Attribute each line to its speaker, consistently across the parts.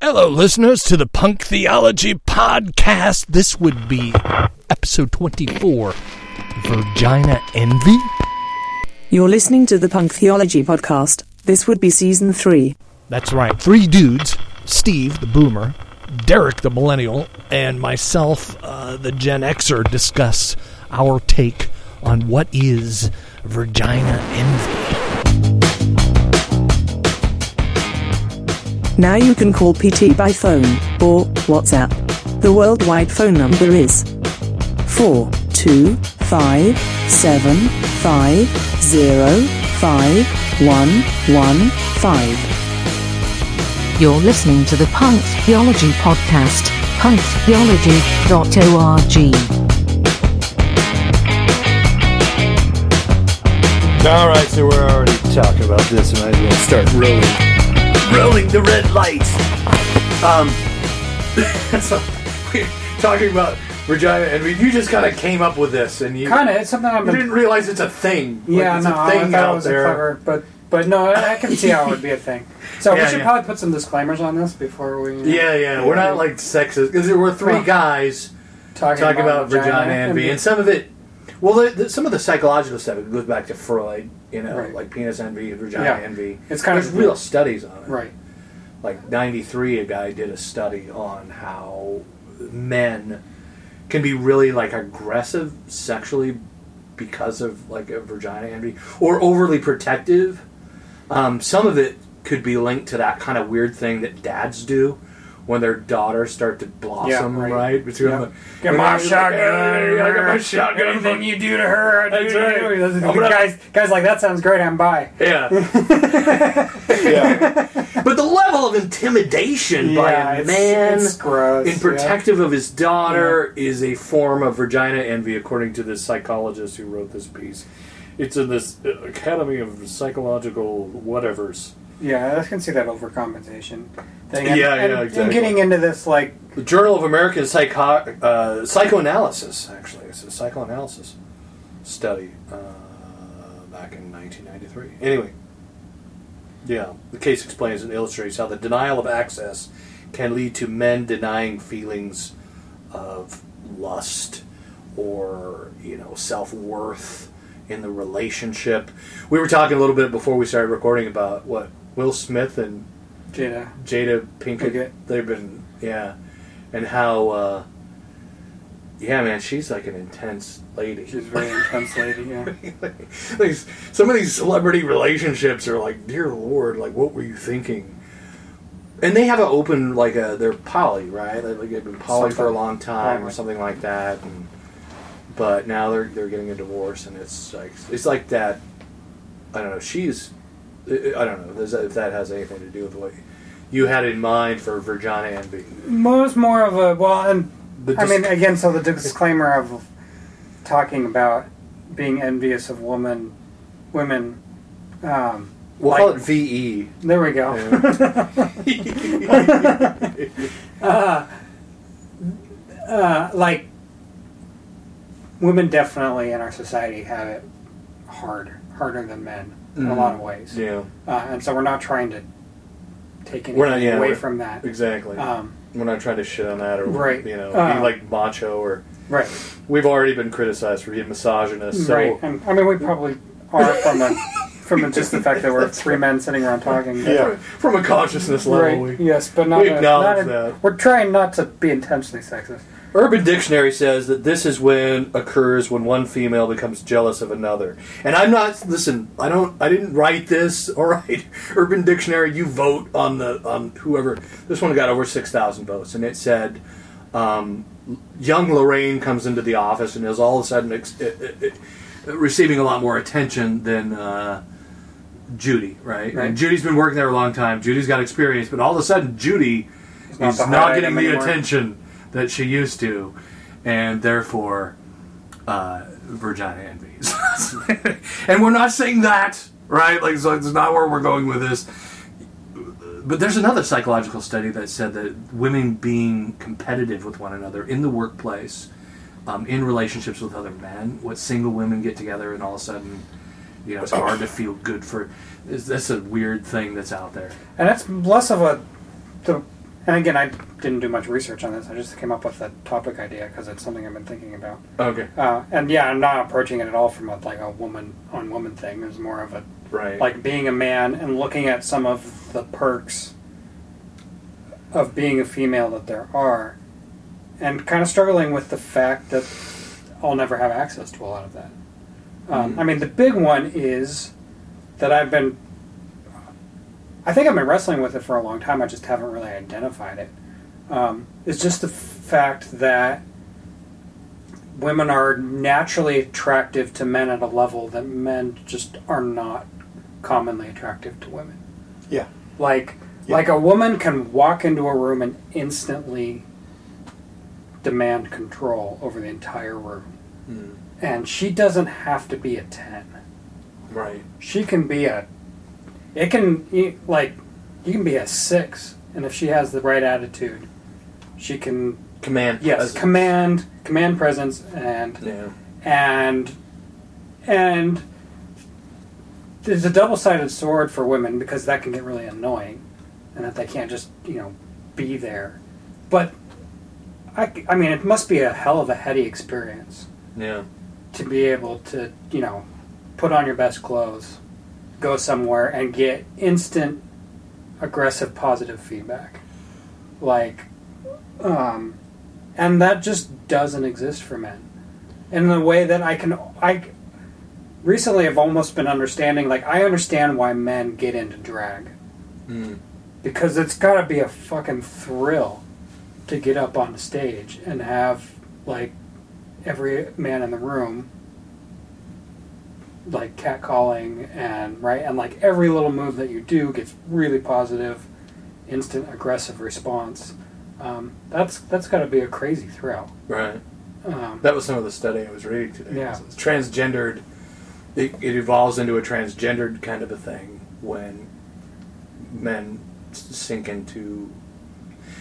Speaker 1: Hello, listeners, to the Punk Theology Podcast. This would be episode 24 Virginia Envy.
Speaker 2: You're listening to the Punk Theology Podcast. This would be season three.
Speaker 1: That's right. Three dudes Steve, the boomer, Derek, the millennial, and myself, uh, the Gen Xer, discuss our take on what is Virginia Envy.
Speaker 2: Now you can call PT by phone or WhatsApp. The worldwide phone number is 42575051115.
Speaker 3: You're listening to the Punk Theology Podcast, punktheology.org.
Speaker 4: All right, so we're already talking about this, and I might as well start rolling.
Speaker 5: rolling the red lights. Um, so we're talking about Regina, and we, you just kind of came up with this, and you
Speaker 6: Kind of, it's something I'm.
Speaker 5: you didn't realize it's a thing. Like,
Speaker 6: yeah,
Speaker 5: it's
Speaker 6: no,
Speaker 5: a
Speaker 6: I
Speaker 5: thing
Speaker 6: thought it
Speaker 5: out
Speaker 6: was
Speaker 5: there.
Speaker 6: a clever, but but no, I, I can see how it would be a thing. So
Speaker 5: Yeah,
Speaker 6: we should
Speaker 5: yeah.
Speaker 6: probably put some disclaimers on this before we.
Speaker 5: yeah, yeah, we're not like sexist because we're three
Speaker 6: Well,
Speaker 5: guys
Speaker 6: talking,
Speaker 5: talking about Regina envy,
Speaker 6: and-
Speaker 5: and some of it. Well, the, the, some of the psychological stuff it goes back to Freud, you know,
Speaker 6: Right.
Speaker 5: like penis envy, vagina
Speaker 6: Yeah.
Speaker 5: envy.
Speaker 6: It's kind of-
Speaker 5: there's real studies on it.
Speaker 6: Right.
Speaker 5: like 93 a guy did a study on how men can be really like aggressive sexually because of like a vagina envy or overly protective um, some of it could be linked to that kind of weird thing that dads do when their daughters start to blossom,
Speaker 6: Yeah,
Speaker 5: right?
Speaker 6: right.
Speaker 5: Between
Speaker 6: Yeah.
Speaker 5: the-
Speaker 6: Get
Speaker 5: and
Speaker 6: my
Speaker 5: they're like,
Speaker 6: shotgun.
Speaker 5: "Hey, I got my shotgun.
Speaker 6: Anything you do to her, I do
Speaker 5: That's
Speaker 6: to
Speaker 5: right. Oh,
Speaker 6: you. Those are the
Speaker 5: I'm gonna-
Speaker 6: guys, guys like that sounds great. I'm by.
Speaker 5: Yeah.
Speaker 4: Yeah,
Speaker 5: but the level of intimidation by
Speaker 6: yeah,
Speaker 5: a
Speaker 6: it's,
Speaker 5: man
Speaker 6: it's gross.
Speaker 5: in protective of his daughter is a form of vagina envy, according to this psychologist who wrote this piece. It's in this uh, Academy of Psychological whatevers.
Speaker 6: Yeah, yeah I can see that overcompensation thing.
Speaker 5: Yeah, yeah,
Speaker 6: and,
Speaker 5: exactly.
Speaker 6: And getting into this like
Speaker 5: The Journal of American Psycho- uh, Psychoanalysis, actually, it's a psychoanalysis study uh, back in 1993. Anyway, yeah, the case explains and illustrates how the denial of access can lead to men denying feelings of lust or you know self worth in the relationship. We were talking a little bit before we started recording about what Will Smith and
Speaker 6: Jada.
Speaker 5: Jada Pinkett.
Speaker 6: Pinkett.
Speaker 5: They've been yeah, and how uh, yeah, man, she's like an intense lady.
Speaker 6: She's a very intense lady. Yeah.
Speaker 5: These- some of these celebrity relationships are like, dear lord, like what were you thinking? And they have an open like a they're poly right? They- Like, they've been poly for a
Speaker 6: Something.
Speaker 5: long time or
Speaker 6: Probably.
Speaker 5: something like that. And, but now they're they're getting a divorce, and it's like it's like that. I don't know. She's I I don't know does that- if that has anything to do with what you had in mind for Virginia Envy.
Speaker 6: Most more of a well, and
Speaker 5: The
Speaker 6: I mean,
Speaker 5: disc-
Speaker 6: again, so the disclaimer of talking about being envious of woman, women. Um,
Speaker 5: we'll
Speaker 6: like-
Speaker 5: call it VE.
Speaker 6: there we go. Uh, like, women definitely in our society have it hard, harder than men in a lot of ways.
Speaker 5: Mm-hmm. yeah,
Speaker 6: Uh, and so we're not trying to take anything
Speaker 5: We're not- yeah,
Speaker 6: away
Speaker 5: we're-
Speaker 6: from that.
Speaker 5: exactly.
Speaker 6: Um,
Speaker 5: We're not trying to shit on that or
Speaker 6: Right.
Speaker 5: you know be
Speaker 6: Uh,
Speaker 5: like macho or
Speaker 6: right,
Speaker 5: we've already been criticized for being misogynist. So
Speaker 6: right. And I mean, we probably are from a, from just the fact that we're three men sitting around talking. but-
Speaker 4: yeah.
Speaker 5: from a consciousness level,
Speaker 6: Right.
Speaker 5: we-
Speaker 6: Yes, but not.
Speaker 5: we
Speaker 6: a-
Speaker 5: acknowledge
Speaker 6: not a-
Speaker 5: that.
Speaker 6: We're trying not to be intentionally sexist.
Speaker 5: Urban Dictionary says that this is when occurs when one female becomes jealous of another. And I'm not listen. I don't. I didn't write this. All right, Urban Dictionary. You vote on the on whoever. This one got over six thousand votes, and it said. Um, young Lorraine comes into the office and is all of a sudden ex- eh, eh, eh, receiving a lot more attention than uh, Judy, right?
Speaker 6: Right.
Speaker 5: And Judy's been working there a long time. Judy's got experience, but all of a sudden, Judy
Speaker 6: not
Speaker 5: is
Speaker 6: the hot
Speaker 5: not
Speaker 6: item
Speaker 5: getting the
Speaker 6: anymore.
Speaker 5: attention that she used to, and therefore, uh, Virginia envies. and we're not saying that, right? Like, so it's not where we're going with this. But there's another psychological study that said that women being competitive with one another in the workplace, um, in relationships with other men, what single women get together and all of a sudden, you know, it's hard to feel good for. is- That's a weird thing that's out there.
Speaker 6: And that's less of a the And again, I didn't do much research on this. I just came up with the topic idea because it's something I've been thinking about.
Speaker 5: Okay.
Speaker 6: Uh, and yeah, I'm not approaching it at all from a, like a woman on woman thing. It's more of a
Speaker 5: Right.
Speaker 6: like being a man and looking at some of the perks of being a female that there are, and kind of struggling with the fact that I'll never have access to a lot of that. Um, I mean, the big one is that I've been. I think I've been wrestling with it for a long time. I just haven't really identified it. Um, it's just the f- fact that women are naturally attractive to men at a level that men just are not commonly attractive to women.
Speaker 5: yeah.
Speaker 6: Like like a woman can walk into a room and instantly demand control over the entire room.
Speaker 5: Hmm.
Speaker 6: And she doesn't have to be a 10.
Speaker 5: Right.
Speaker 6: She can be a it can you- like you can be a 6 and if she has the right attitude, she can
Speaker 5: Command.
Speaker 6: yes,
Speaker 5: presence. Hmm.
Speaker 6: command command presence and
Speaker 5: Yeah.
Speaker 6: and and there's a double-sided sword for women because that can get really annoying and that they can't just you know be there but i, c- I mean it must be a hell of a heady experience
Speaker 5: Yeah.
Speaker 6: to be able to you know put on your best clothes go somewhere and get instant aggressive positive feedback like um and that just doesn't exist for men in the way that i can i recently have almost been understanding like i understand why men get into drag
Speaker 5: Mm.
Speaker 6: because it's got to be a fucking thrill to get up on stage and have like every man in the room like catcalling and right and like every little move that you do gets really positive instant aggressive response um, that's that's got to be a crazy thrill
Speaker 5: Right.
Speaker 6: um,
Speaker 5: That was some of the study I was reading today.
Speaker 6: Yeah.
Speaker 5: It's transgendered. It, it evolves into a transgendered kind of a thing when men s- sink into,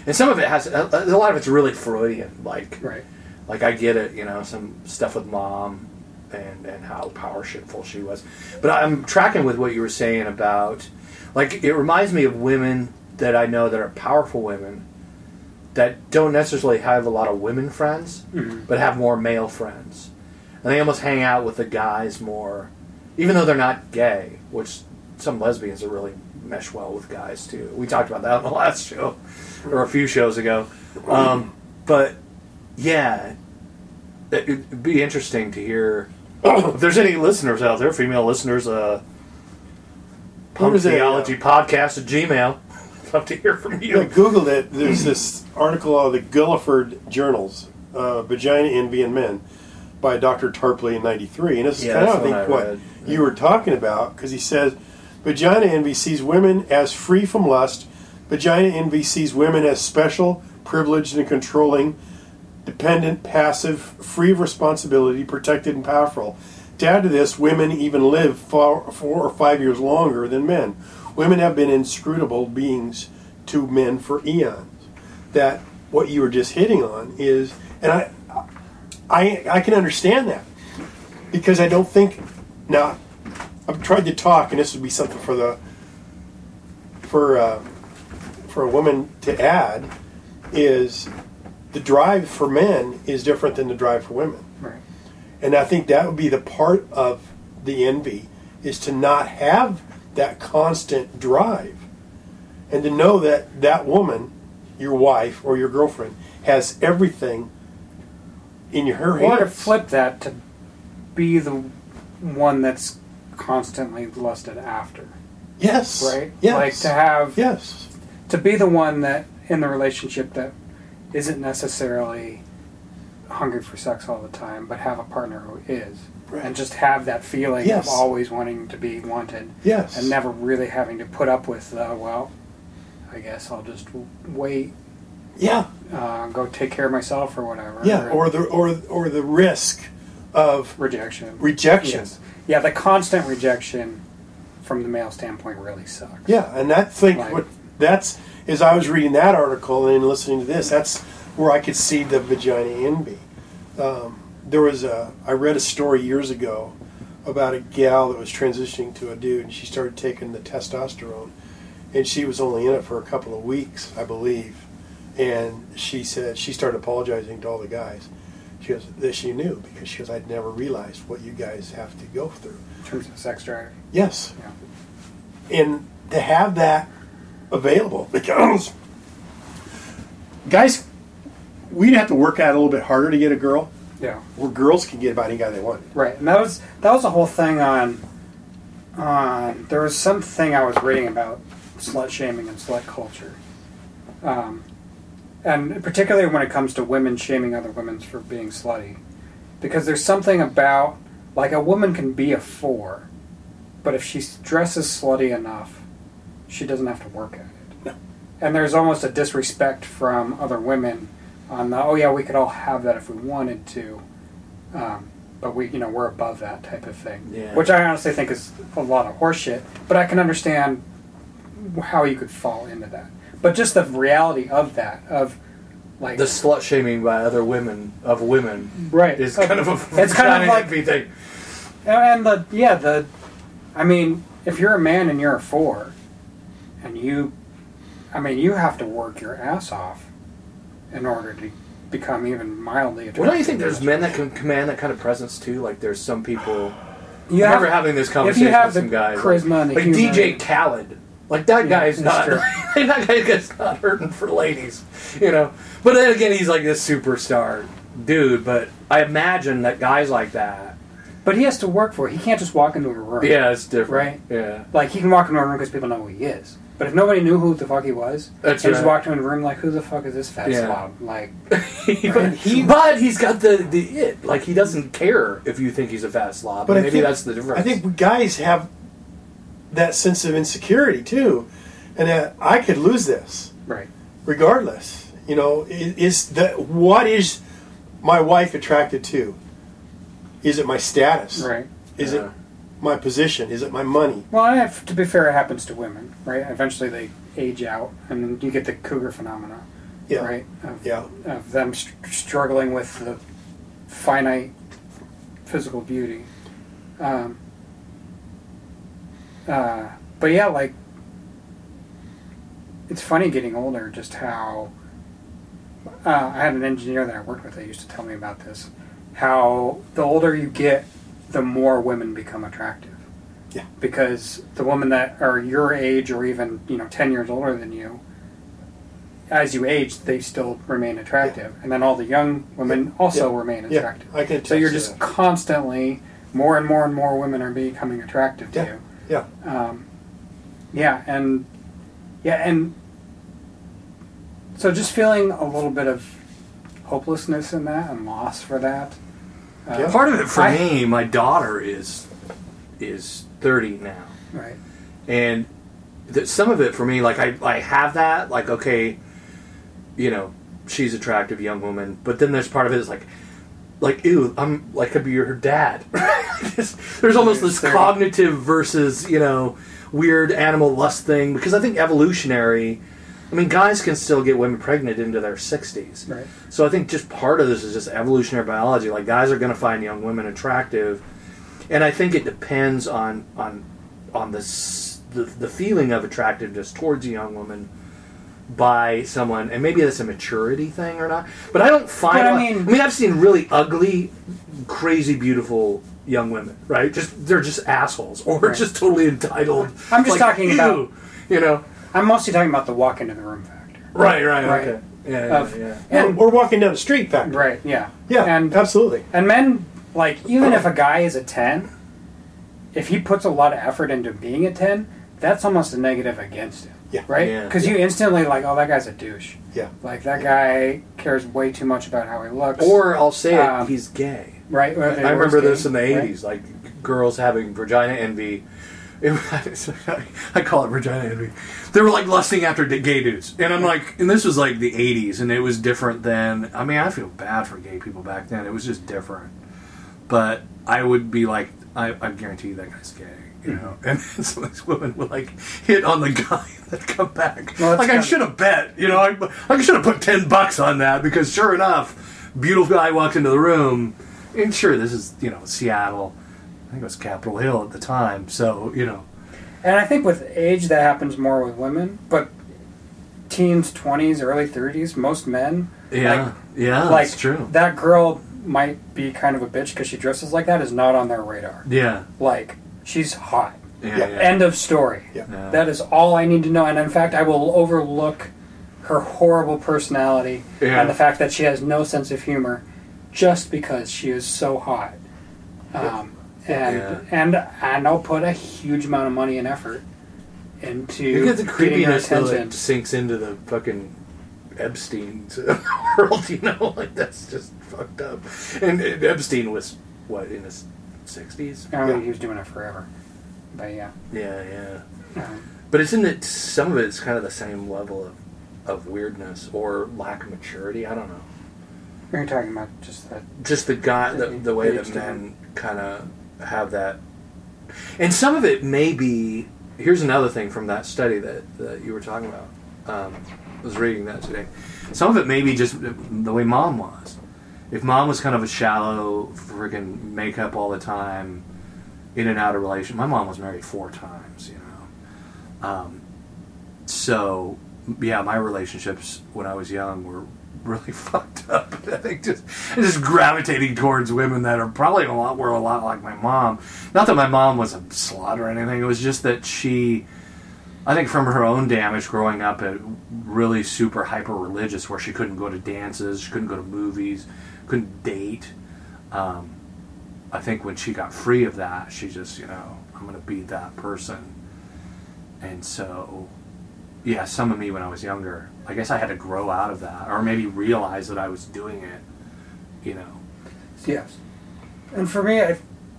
Speaker 5: and some of it has a, a lot of it's really Freudian. Like,
Speaker 6: right
Speaker 5: like I get it, you know, some stuff with mom and and how power shitful she was. But I'm tracking with what you were saying about like it reminds me of women that I know that are powerful women that don't necessarily have a lot of women friends, but have more male friends. And they almost hang out with the guys more even though they're not gay, which some lesbians are really mesh well with guys too. We talked about that on the last show or a few shows ago. Um, but yeah, it, it'd be interesting to hear if there's any listeners out there, female listeners. Uh, Pump
Speaker 7: was a,
Speaker 5: Theology
Speaker 7: uh,
Speaker 5: Podcast at Gmail. Love to hear from
Speaker 7: I
Speaker 5: you.
Speaker 7: googled it. There's this article out of the Guilford Journals, uh, "Vagina Envy in Men," by Dr. Tarpley in '93, and this is
Speaker 5: Yeah,
Speaker 7: kind of
Speaker 5: that's
Speaker 7: I
Speaker 5: the
Speaker 7: think
Speaker 5: one I
Speaker 7: what
Speaker 5: read.
Speaker 7: you were talking about because he says, "Vagina envy sees women as free from lust. Vagina envy sees women as special, privileged, and controlling." dependent, passive, free of responsibility, protected, and powerful. To add to this, women even live four, four or five years longer than men. Women have been inscrutable beings to men for eons. That what you were just hitting on is, and I, I, I can understand that because I don't think now. I've tried to talk, and this would be something for the for uh, for a woman to add is the drive for men is different than the drive for women.
Speaker 6: right
Speaker 7: And I think that would be the part of the envy is to not have that constant drive and to know that that woman, your wife or your girlfriend, has everything in her
Speaker 6: Or to
Speaker 7: hands.
Speaker 6: flip that to be the one that's constantly lusted after,
Speaker 7: yes.
Speaker 6: right?
Speaker 7: Yes.
Speaker 6: Like to have
Speaker 7: yes.
Speaker 6: to be the one that in the relationship that isn't necessarily hungry for sex all the time, but have a partner who is,
Speaker 7: Right.
Speaker 6: and just have that feeling
Speaker 7: Yes.
Speaker 6: of always wanting to be wanted,
Speaker 7: Yes.
Speaker 6: and never really having to put up with the well. I guess I'll just w- wait,
Speaker 7: Yeah.
Speaker 6: uh, go take care of myself or whatever.
Speaker 7: Yeah. Or the or or the risk of
Speaker 6: rejection.
Speaker 7: rejection.
Speaker 6: Yes. Yeah, the constant rejection from the male standpoint really sucks.
Speaker 7: Yeah, and that think
Speaker 6: Right.
Speaker 7: what that's is I was reading that article and listening to this. That's where I could see the vagina envy. Um, there was a I read a story years ago about a gal that was transitioning to a dude, and she started taking the testosterone, and she was only in it for a couple of weeks, I believe, And she said she started apologizing to all the guys. She goes, "This she knew because she goes, I'd never realized what you guys have to go through."
Speaker 6: in terms of sex drive.
Speaker 7: Yes,
Speaker 6: Yeah.
Speaker 7: and to have that available because guys, we'd have to work out a little bit harder to get a girl.
Speaker 6: Yeah.
Speaker 7: Where girls can get about any guy they want.
Speaker 6: Right, and that was that was a whole thing on. On there was something I was reading about slut shaming and slut culture, um, and particularly when it comes to women shaming other women for being slutty, because there's something about like a woman can be a four, but if she dresses slutty enough, she doesn't have to work at it. And there's almost a disrespect from other women on the oh yeah we could all have that if we wanted to. Um, but we, you know, we're above that type of thing,
Speaker 5: Yeah.
Speaker 6: which I honestly think is a lot of horseshit. But I can understand how you could fall into that. But just the reality of that, of like
Speaker 5: The slut shaming by other women of women
Speaker 6: right,
Speaker 5: is kind of a
Speaker 6: it's kind of like
Speaker 5: envy thing.
Speaker 6: And the yeah the, I mean, if you're a man and you're a four, and you, I mean, you have to work your ass off, in order to become even mildly attractive.
Speaker 5: Well, don't you think there's men that can command that kind of presence too? Like there's some people.
Speaker 6: You
Speaker 5: I
Speaker 6: have-
Speaker 5: remember having this conversation
Speaker 6: if you have
Speaker 5: with some
Speaker 6: the
Speaker 5: guys.
Speaker 6: charisma and the
Speaker 5: like
Speaker 6: humor.
Speaker 5: DJ Khaled. Like that
Speaker 6: Yeah,
Speaker 5: guy's
Speaker 6: that's
Speaker 5: not that guy guy's not hurting for ladies, you know. But then again he's like this superstar dude, but I imagine that guys like that
Speaker 6: but he has to work for it. He can't just walk into a room.
Speaker 5: Yeah, it's different.
Speaker 6: Right.
Speaker 5: Yeah.
Speaker 6: Like he can walk into a room because people know who he is. But if nobody knew who the fuck he was,
Speaker 5: That's
Speaker 6: and he just
Speaker 5: right.
Speaker 6: walked into a room like, who the fuck is this fat
Speaker 5: Yeah.
Speaker 6: slob? Like,
Speaker 5: but, he, but he's got the, the it. Like he doesn't care if you think he's a fat slob.
Speaker 7: But I
Speaker 5: maybe
Speaker 7: think-
Speaker 5: that's the difference.
Speaker 7: I think guys have that sense of insecurity too, and that I could lose this
Speaker 6: right?
Speaker 7: regardless. You know, i- is the what is my wife attracted to? Is it my status?
Speaker 6: Right.
Speaker 7: Is
Speaker 5: Yeah.
Speaker 7: it my position? Is it my money?
Speaker 6: Well, I have, to be fair, it happens to women, right? Eventually, they age out, and then you get the cougar phenomena,
Speaker 7: Yeah.
Speaker 6: right? Of,
Speaker 7: Yeah.
Speaker 6: of them str struggling with the finite physical beauty. Um, uh, but yeah, like it's funny getting older, just how. Uh, I had an engineer that I worked with that used to tell me about this. How the older you get, the more women become attractive because the women that are your age or even you know 10 years older than you as you age they still remain attractive and then all the young women also
Speaker 7: Yeah.
Speaker 6: remain
Speaker 7: Yeah,
Speaker 6: attractive
Speaker 7: I can
Speaker 6: so you're
Speaker 7: attest
Speaker 6: just
Speaker 7: to that.
Speaker 6: constantly more and more and more women are becoming attractive to
Speaker 7: Yeah.
Speaker 6: you
Speaker 7: Yeah.
Speaker 6: um, yeah and yeah and so just feeling a little bit of hopelessness in that and loss for that uh,
Speaker 7: Yeah.
Speaker 5: part of it for
Speaker 6: I-
Speaker 5: me, my daughter is is thirty now,
Speaker 6: right
Speaker 5: and that some of it for me, like I I have that, like okay, you know, she's attractive young woman, but then there's part of it is like. Like ew, I'm like could be your dad. There's- There's almost this
Speaker 6: Theory.
Speaker 5: cognitive versus you know weird animal lust thing because I think evolutionary. I mean, guys can still get women pregnant into their sixties,
Speaker 6: right
Speaker 5: so I think just part of this is just evolutionary biology. Like guys are going to find young women attractive, and I think it depends on on on the s- the, the feeling of attractiveness towards a young woman by someone, and maybe that's a maturity thing or not. But I don't find.
Speaker 6: But I
Speaker 5: a lot-
Speaker 6: mean-
Speaker 5: I mean, I've seen really ugly, crazy beautiful young women. Right? Just they're just assholes or
Speaker 6: Right.
Speaker 5: just totally entitled.
Speaker 6: I'm just talking about-
Speaker 5: "Ew," you know.
Speaker 6: i'm mostly talking about the walk into the room factor
Speaker 5: Right. Right.
Speaker 6: Right.
Speaker 5: Okay. Yeah. Yeah.
Speaker 6: Of-
Speaker 5: yeah.
Speaker 7: Or-
Speaker 6: and
Speaker 7: or walking down the street back.
Speaker 6: Right. Yeah.
Speaker 7: Yeah.
Speaker 6: And
Speaker 7: absolutely.
Speaker 6: and men like even if a guy is a ten, if he puts a lot of effort into being a ten, that's almost a negative against him.
Speaker 7: Yeah.
Speaker 6: Right.
Speaker 5: Yeah.
Speaker 6: Because you instantly like, oh, that guy's a douche.
Speaker 7: Yeah.
Speaker 6: Like that guy cares way too much about how he looks.
Speaker 5: Or I'll say
Speaker 6: Um,
Speaker 5: it. He's gay.
Speaker 6: right. or the
Speaker 5: I remember
Speaker 6: worst
Speaker 5: this in the
Speaker 6: thing, right?
Speaker 5: '80s, like girls having vagina envy. It was, I call it vagina envy. They were like lusting after d- gay dudes, and I'm like, and this was like the '80s, and it was different than. I mean, I feel bad for gay people back then. It was just different. But I would be like, I, I guarantee you that guy's gay. You know,
Speaker 6: Mm-hmm.
Speaker 5: and some of these women would like hit on the guy and then come back.
Speaker 6: Well, that's
Speaker 5: like I
Speaker 6: kinda-
Speaker 5: should have bet. You know, I, I should have put ten bucks on that because sure enough, beautiful guy walked into the room. And sure, this is you know Seattle. I think it was Capitol Hill at the time. So you know,
Speaker 6: And I think with age that happens more with women, but teens, 20s, early 30s, most men.
Speaker 5: Yeah,
Speaker 6: Like-
Speaker 5: yeah,
Speaker 6: like,
Speaker 5: that's true.
Speaker 6: That girl might be kind of a bitch because she dresses like that is not on their radar.
Speaker 5: yeah,
Speaker 6: Like, she's hot.
Speaker 5: yeah, yeah.
Speaker 7: Yeah.
Speaker 6: End of story.
Speaker 7: Yeah.
Speaker 5: Yeah.
Speaker 6: That is all I need to know. And in fact, I will overlook her horrible personality
Speaker 5: Yeah.
Speaker 6: and the fact that she has no sense of humor just because she is so hot. Um, and,
Speaker 5: Yeah.
Speaker 6: and and I'll put a huge amount of money and effort into
Speaker 5: You get the
Speaker 6: getting her
Speaker 5: creepiness that
Speaker 6: attention.
Speaker 5: like, sinks into the fucking Epstein world, you know? Like, that's just fucked up. And, and Epstein was, what, in his 60s?
Speaker 6: I don't think he was doing it forever. But yeah.
Speaker 5: Yeah, yeah.
Speaker 6: Um,
Speaker 5: But isn't it, some of it's kind of the same level of, of weirdness or lack of maturity? I don't know.
Speaker 6: you're talking about just that.
Speaker 5: just the guy the, the way that
Speaker 6: Aged
Speaker 5: men kind of have that and some of it may be here's another thing from that study that, that you were talking about um, i was reading that today some of it may be just the way mom was if mom was kind of a shallow freaking makeup all the time in and out of relation my mom was married four times you know um, so yeah my relationships when i was young were really fucked up i think just just gravitating towards women that are probably a lot were a lot like my mom not that my mom was a slut or anything it was just that she i think from her own damage growing up at really super hyper religious where she couldn't go to dances she couldn't go to movies couldn't date um, i think when she got free of that she just you know i'm gonna be that person and so yeah, some of me when I was younger. I guess I had to grow out of that, or maybe realize that I was doing it. You know.
Speaker 6: Yes. And for me, I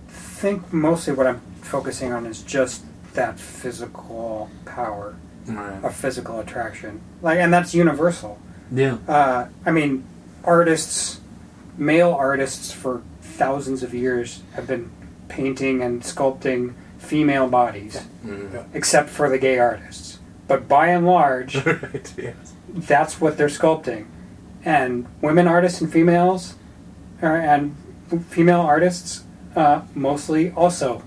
Speaker 6: think mostly what I'm focusing on is just that physical power
Speaker 5: Right.
Speaker 6: of physical attraction. Like, and that's universal.
Speaker 5: Yeah.
Speaker 6: Uh, I mean, artists, male artists for thousands of years have been painting and sculpting female bodies, except for the gay artists. But by and large,
Speaker 5: right. Yes.
Speaker 6: that's what they're sculpting. And women artists and females, er, and female artists uh, mostly also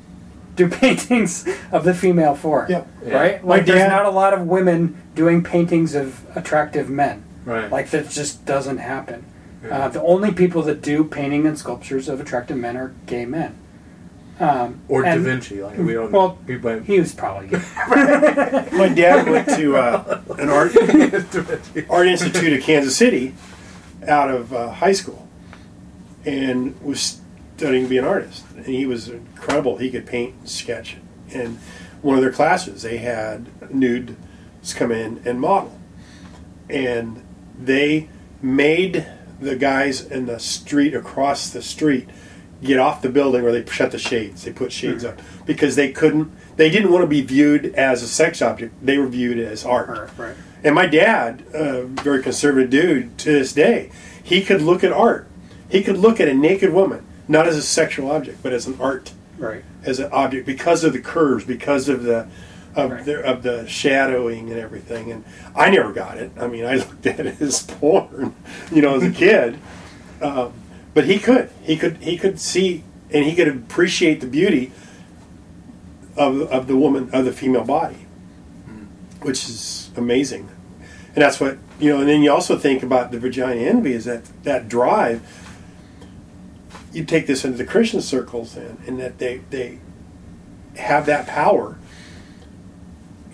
Speaker 6: do paintings of the female form.
Speaker 7: Yeah.
Speaker 5: Yeah.
Speaker 6: Right?
Speaker 7: My
Speaker 6: Like, there's
Speaker 7: dad-
Speaker 6: not a lot of women doing paintings of attractive men.
Speaker 5: Right.
Speaker 6: Like, that just doesn't happen. Uh, the only people that do painting and sculptures of attractive men are gay men. Um,
Speaker 5: or Da
Speaker 6: and-
Speaker 5: Vinci. Like we don't.
Speaker 6: Well,
Speaker 5: we blame
Speaker 6: he was probably gay.
Speaker 7: My dad went to uh, an art
Speaker 5: Da Vinci.
Speaker 7: art institute of Kansas City out of uh, high school, and was studying to be an artist. And he was incredible. He could paint and sketch. And one of their classes, they had nudes come in and model, and they made the guys in the street across the street get off the building or they shut the shades they put shades up because they couldn't they didn't want to be viewed as a sex object they were viewed as
Speaker 6: Or- right.
Speaker 7: and my dad, a very conservative dude to this day, he could look at art. He could look at a naked woman, not as a sexual object, but as an art,
Speaker 6: Right.
Speaker 7: as an object because of the curves, because of the of
Speaker 6: Right.
Speaker 7: the of the shadowing and everything. And I never got it. I mean, I looked at it as porn, you know, as a kid. Um, but he could, he could, he could see, and he could appreciate the beauty of of the woman of the female body which is amazing. And that's what you know. And then you also think about the vagina envy is that that drive. You take this into the Christian circles then, and that they they have that power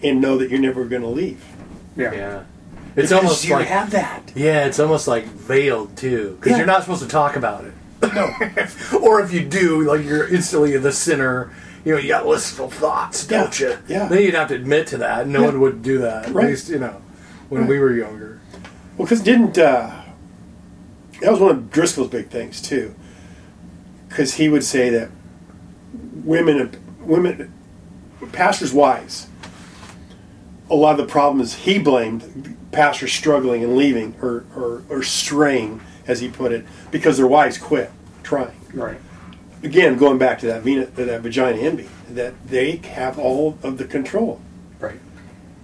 Speaker 7: and know that you're never going to leave.
Speaker 6: Yeah.
Speaker 5: Yeah. It's
Speaker 7: Because
Speaker 5: almost
Speaker 7: you
Speaker 5: like.
Speaker 7: have that.
Speaker 5: yeah, it's almost like veiled too, because
Speaker 7: Yeah.
Speaker 5: you're not supposed to talk about it. No. or if you do, like you're instantly the sinner. You know, you got lustful thoughts, don't
Speaker 7: Yeah.
Speaker 5: you?
Speaker 7: Yeah.
Speaker 5: Then you'd have to admit to that. No
Speaker 7: Yeah.
Speaker 5: one would do that.
Speaker 7: Right.
Speaker 5: At least you know when we were younger.
Speaker 7: Well, because didn't uh, that was one of Driscoll's big things too, because he would say that women, women, pastors' wives. A lot of the problem is he blamed pastors struggling and leaving or, or, or straying, as he put it, because their wives quit trying
Speaker 6: Right.
Speaker 7: again going back to that vena, to that vagina envy that they have all of the control
Speaker 6: Right.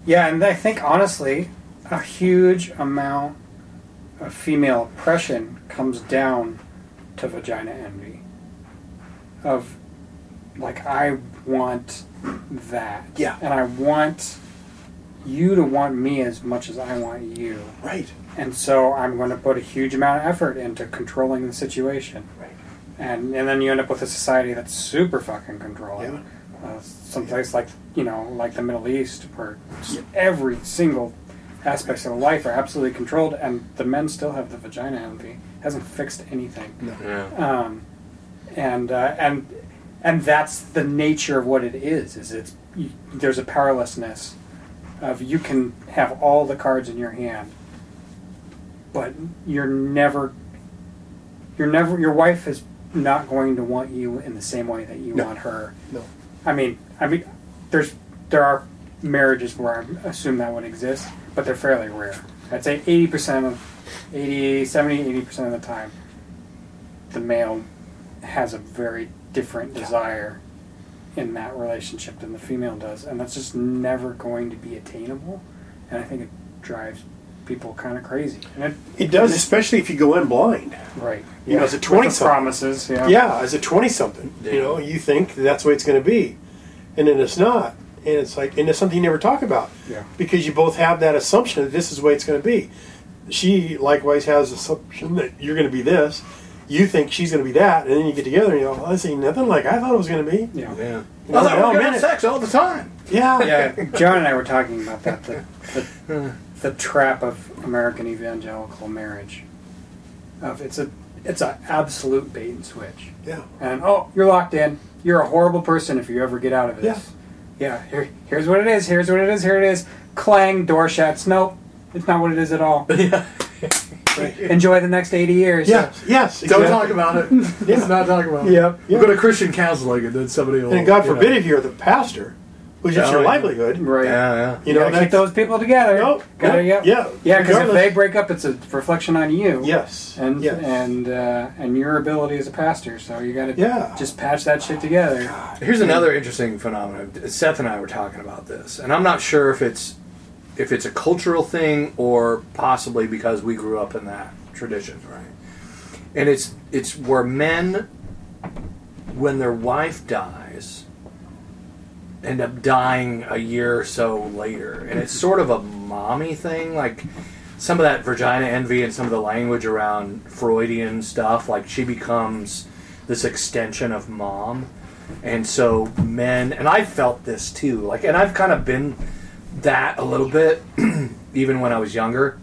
Speaker 6: Yeah, and I think honestly, a huge amount of female oppression comes down to vagina envy. Of like I want that.
Speaker 7: Yeah.
Speaker 6: And I want you to want me as much as I want you.
Speaker 7: Right.
Speaker 6: And so I'm going to put a huge amount of effort into controlling the situation.
Speaker 7: Right.
Speaker 6: And, and then you end up with a society that's super fucking controlling.
Speaker 7: Yeah.
Speaker 6: Uh, someplace like, you know, like the Middle East, where just every single aspects of life are absolutely controlled, and the men still have the vagina envy. Hasn't fixed anything
Speaker 5: Yeah.
Speaker 6: um, and uh, and and that's the nature of what it is. Is it's you, there's a powerlessness of you can have all the cards in your hand, but you're never you're never your wife is not going to want you in the same way that you
Speaker 7: No.
Speaker 6: want her.
Speaker 7: No.
Speaker 6: I mean, I mean, there's there are marriages where I assume that would exist, but they're fairly rare. I'd say 80% of 80, 70, 80% of the time, the male has a very different desire in that relationship than the female does, and that's just never going to be attainable. And I think it drives people kind of crazy. And it,
Speaker 7: It does, especially if you go in blind.
Speaker 6: right?
Speaker 7: You know, as a
Speaker 6: With the
Speaker 7: 20-something.
Speaker 6: promises. Yeah.
Speaker 7: Yeah, as a 20 something,
Speaker 5: Yeah.
Speaker 7: you know, you think that's the way it's going to be. And then it's not. And it's like, and it's something you never talk about.
Speaker 6: Yeah.
Speaker 7: Because you both have that assumption that this is the way it's going to be. She likewise has the assumption that you're going to be this. You think she's going to be that. And then you get together and you go, "Oh, this ain't nothing like I thought it was going to be.
Speaker 6: Yeah.
Speaker 5: Yeah.
Speaker 7: You know,
Speaker 5: I thought we
Speaker 7: no,
Speaker 5: were
Speaker 7: man,
Speaker 5: having
Speaker 7: it-
Speaker 5: sex all the time.
Speaker 7: Yeah.
Speaker 6: yeah, John and I were talking about that the, the, the trap of American evangelical marriage. Of it's a it's an absolute bait and switch.
Speaker 7: Yeah.
Speaker 6: And oh, you're locked in. You're a horrible person if you ever get out of this. Yeah. here, here's what it is. Here's what it is. Here it is. Clang. Door shuts. Nope. It's not what it is at all. Enjoy the next 80 years.
Speaker 7: Yeah. Yes.
Speaker 5: Don't
Speaker 7: exactly.
Speaker 5: talk about it. Let's not talk about it.
Speaker 7: Yep.
Speaker 5: We'll go to Christian counseling and then somebody will.
Speaker 7: And God
Speaker 5: you know.
Speaker 7: forbid if you're the pastor, which
Speaker 5: Yeah,
Speaker 7: is your
Speaker 5: yeah.
Speaker 7: livelihood.
Speaker 6: Right.
Speaker 5: Yeah, yeah.
Speaker 7: You know,
Speaker 6: gotta keep
Speaker 7: that's,
Speaker 6: those people together.
Speaker 7: Nope.
Speaker 6: Gotta,
Speaker 7: Nope.
Speaker 6: yeah.
Speaker 7: Yeah.
Speaker 6: Yeah. Because if
Speaker 7: Regardless.
Speaker 6: they break up, it's a reflection on you.
Speaker 7: yes.
Speaker 6: and
Speaker 7: yes.
Speaker 6: and uh, and your ability as a pastor. So you got to
Speaker 7: Yeah.
Speaker 6: just patch that shit together.
Speaker 5: Here's another interesting phenomenon. Seth and I were talking about this, and I'm not sure if it's if it's a cultural thing or possibly because we grew up in that tradition, right? And it's it's where men when their wife dies end up dying a year or so later. And it's sort of a mommy thing, like some of that vagina envy and some of the language around Freudian stuff, like she becomes this extension of mom. And so men and I felt this too. Like and I've kind of been that a little bit even when I was younger.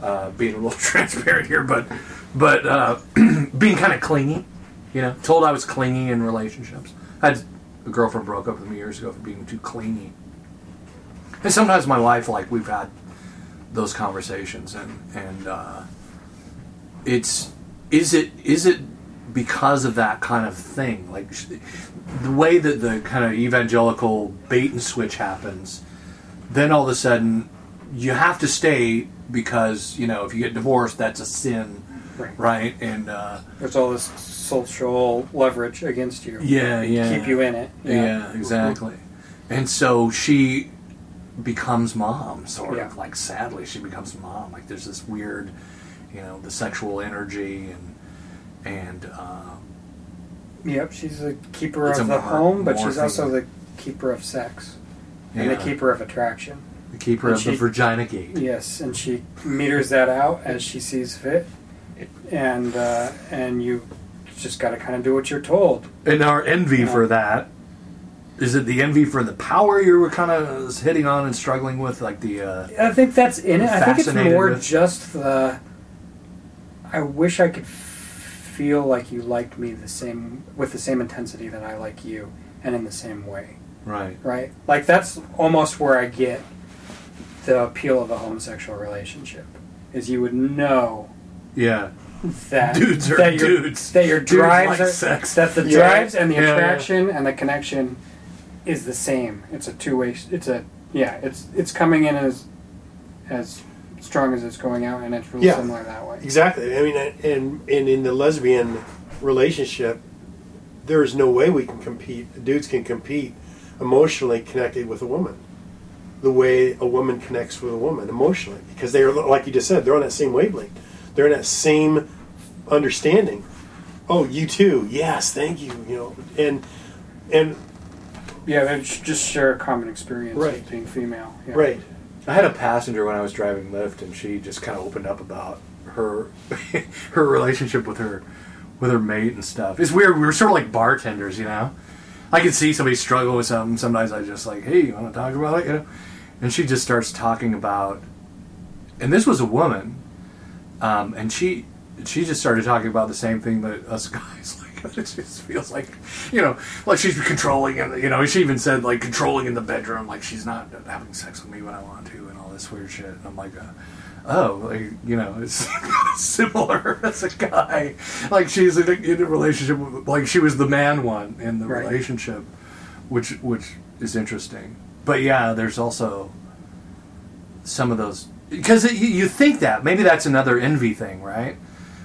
Speaker 5: Uh, being a little transparent here, but but uh, being kind of clingy, you know, told I was clingy in relationships. I had a girlfriend broke up with me years ago for being too clingy. And sometimes my wife, like we've had those conversations, and and uh, it's is it is it because of that kind of thing, like sh- the way that the kind of evangelical bait and switch happens. Then all of a sudden, you have to stay because you know if you get divorced, that's a sin,
Speaker 6: Right.
Speaker 5: right? And uh,
Speaker 6: There's all this social leverage against you.
Speaker 5: yeah, yeah,
Speaker 6: Keep you in it.
Speaker 5: Yeah, exactly. And so she becomes mom, sort
Speaker 6: Yeah.
Speaker 5: of like sadly, she becomes mom. Like there's this weird, you know, the sexual energy and and uh,
Speaker 6: Yep. She's the keeper
Speaker 5: It's
Speaker 6: of
Speaker 5: a
Speaker 6: the
Speaker 5: mor-
Speaker 6: home, but she's
Speaker 5: morphine.
Speaker 6: also the keeper of sex and
Speaker 5: yeah,
Speaker 6: the keeper of attraction.
Speaker 5: the keeper
Speaker 6: and
Speaker 5: of
Speaker 6: she-
Speaker 5: the Virginia gate.
Speaker 6: Yes, and she meters that out as she sees fit, and uh, and you just got to kind of do what you're told.
Speaker 5: And our envy for that is it the envy for the power you were kind of hitting on and struggling with, like the uh,
Speaker 6: I think that's in it. I think it's
Speaker 5: Fascinated
Speaker 6: more
Speaker 5: with-
Speaker 6: just the. I wish I could f- feel like you liked me the same with the same intensity that I like you, and in the same way,
Speaker 5: right.
Speaker 6: right? Like that's almost where I get the appeal of a homosexual relationship is you would know
Speaker 5: Yeah,
Speaker 6: that
Speaker 5: Dudes are
Speaker 6: that your,
Speaker 5: dudes.
Speaker 6: that your
Speaker 5: Dudes
Speaker 6: drives
Speaker 5: like
Speaker 6: are,
Speaker 5: sex.
Speaker 6: that the
Speaker 7: Yeah.
Speaker 6: drives and the
Speaker 5: Yeah, yeah.
Speaker 6: attraction and the connection is the same. It's a two way. It's a yeah. It's it's coming in as as strong as it's going out, and it's really
Speaker 7: Yeah.
Speaker 6: similar that way.
Speaker 7: Exactly. I mean, and and in the lesbian relationship, there is no way we can compete. Dudes can compete emotionally connected with a woman, the way a woman connects with a woman emotionally, because they are like you just said, they're on that same wavelength. They're in that same understanding. Oh, you too. Yes, thank you. You know, and and
Speaker 6: Yeah, they j- just share a common experience
Speaker 7: Right.
Speaker 6: of being female. Yeah.
Speaker 7: right.
Speaker 5: I had a passenger when I was driving Lyft, and she just kind of opened up about her her relationship with her with her mate and stuff. It's weird. We were sort of like bartenders, you know. I could see somebody struggle with something. Sometimes I just like, hey, you want to talk about it? You know. And she just starts talking about, and this was a woman, um, and she she just started talking about the same thing that us guys like. It just feels like, you know, like she's controlling, and you know, she even said like controlling in the bedroom, like she's not having sex with me when I want to, and all this weird shit. And I'm like, uh, oh, like, you know, it's similar as a guy. Like she's in a, in a relationship, with, like she was the man one in the
Speaker 6: Right.
Speaker 5: relationship, which which is interesting. But yeah, there's also some of those because you you think that maybe that's another envy thing, right?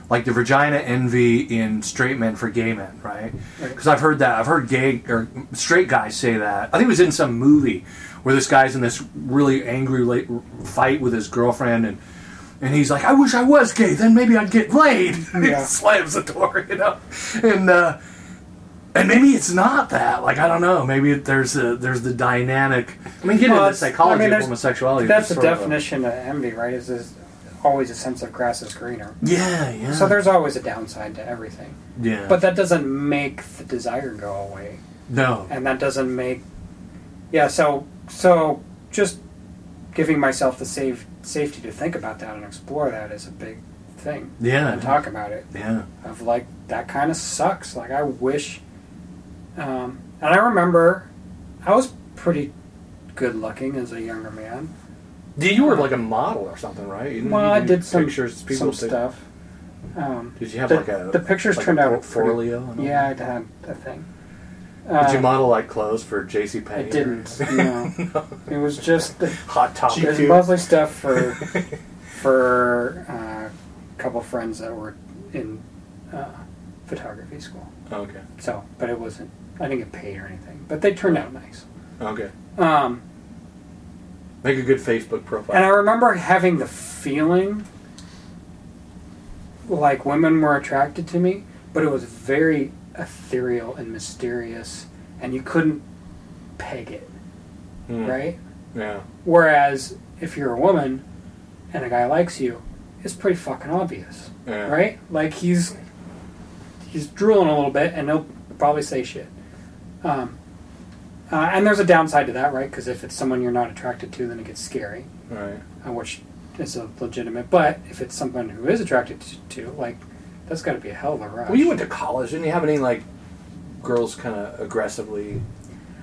Speaker 5: Like the vagina envy in straight men for gay men, right?
Speaker 6: Right.
Speaker 5: Because I've heard that I've heard gay or straight guys say that. I think it was in some movie where this guy's in this really angry late fight with his girlfriend and. And he's like, I wish I was gay, then maybe I'd get laid. And
Speaker 6: Yeah.
Speaker 5: he slams the door, you know? And uh, and maybe it's not that. Like I don't know. Maybe it- there's a, there's the dynamic. I mean, get into
Speaker 6: Well,
Speaker 5: the
Speaker 6: it's-
Speaker 5: psychology
Speaker 6: I mean,
Speaker 5: of
Speaker 6: there's-
Speaker 5: homosexuality.
Speaker 6: That's
Speaker 5: it's
Speaker 6: the
Speaker 5: sort of a-
Speaker 6: definition of envy, right? Is is always a sense of grass is greener.
Speaker 5: yeah, yeah.
Speaker 6: So there's always a downside to everything,
Speaker 5: yeah,
Speaker 6: but that doesn't make the desire go away,
Speaker 5: no.
Speaker 6: and that doesn't make yeah. So so just giving myself the safe safety to think about that and explore that is a big thing.
Speaker 5: Yeah.
Speaker 6: and talk about it
Speaker 5: Yeah,
Speaker 6: of like that kind of sucks. Like I wish, um, and I remember I was pretty good looking as a younger man.
Speaker 5: you were like a model or something, right? You didn't-
Speaker 6: Well,
Speaker 5: you
Speaker 6: I
Speaker 5: did
Speaker 6: did some
Speaker 5: Mm-hmm. pictures. People
Speaker 6: some
Speaker 5: did-
Speaker 6: stuff. Um,
Speaker 5: Did you have
Speaker 6: the,
Speaker 5: like a
Speaker 6: the pictures
Speaker 5: like a
Speaker 6: turned out pretty,
Speaker 5: portfolio? and all
Speaker 6: Yeah, I
Speaker 5: that?
Speaker 6: had a thing.
Speaker 5: Did you
Speaker 6: Uh,
Speaker 5: model like clothes for J.C. Penney?
Speaker 6: I didn't. No, it was just the,
Speaker 5: Hot
Speaker 6: it
Speaker 5: Topic.
Speaker 6: was mostly stuff for for uh, a couple friends that were in uh, photography school.
Speaker 5: Okay.
Speaker 6: So, but it wasn't. I didn't get paid or anything. But they turned out nice.
Speaker 5: Okay.
Speaker 6: Um,
Speaker 5: Make a good Facebook
Speaker 6: and I
Speaker 5: profile.
Speaker 6: remember having the feeling like women were attracted to me, but it was very ethereal and mysterious, and you couldn't peg it,
Speaker 5: Hmm,
Speaker 6: right?
Speaker 5: Yeah.
Speaker 6: Whereas if you're a woman and a guy likes you, it's pretty fucking obvious,
Speaker 5: Yeah.
Speaker 6: right? Like he's he's drooling a little bit, and he'll probably say shit. Um, uh, and there's a downside to that, right? Because if it's someone you're not attracted to, then it gets scary
Speaker 5: Right.
Speaker 6: uh, which is a legitimate. But if it's someone who is attracted to, to like, that's got to be a hell of a rush.
Speaker 5: Well, you went to college. Didn't you have any like girls kind of aggressively?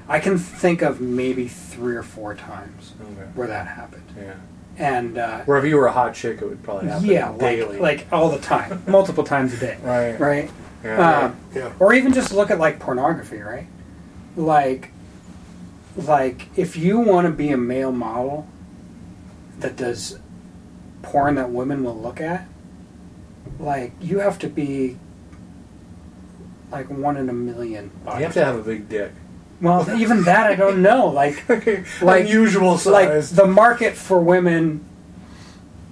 Speaker 6: I can think of maybe three or four times
Speaker 5: Okay.
Speaker 6: where that happened,
Speaker 5: Yeah.
Speaker 6: and uh,
Speaker 5: Where if you were a hot chick, it would probably happen
Speaker 6: yeah,
Speaker 5: daily.
Speaker 6: like, like all the time, multiple times a day,
Speaker 5: Right.
Speaker 6: Right.
Speaker 5: Yeah.
Speaker 6: Um,
Speaker 7: Yeah.
Speaker 6: or even just look at like pornography, right? Like, like if you want to be a male model that does porn that women will look at, like you have to be like one in a million.
Speaker 5: you have to have a big dick.
Speaker 6: well, even that I don't know. Like, Like-
Speaker 5: Unusual
Speaker 6: like
Speaker 5: size.
Speaker 6: the market for women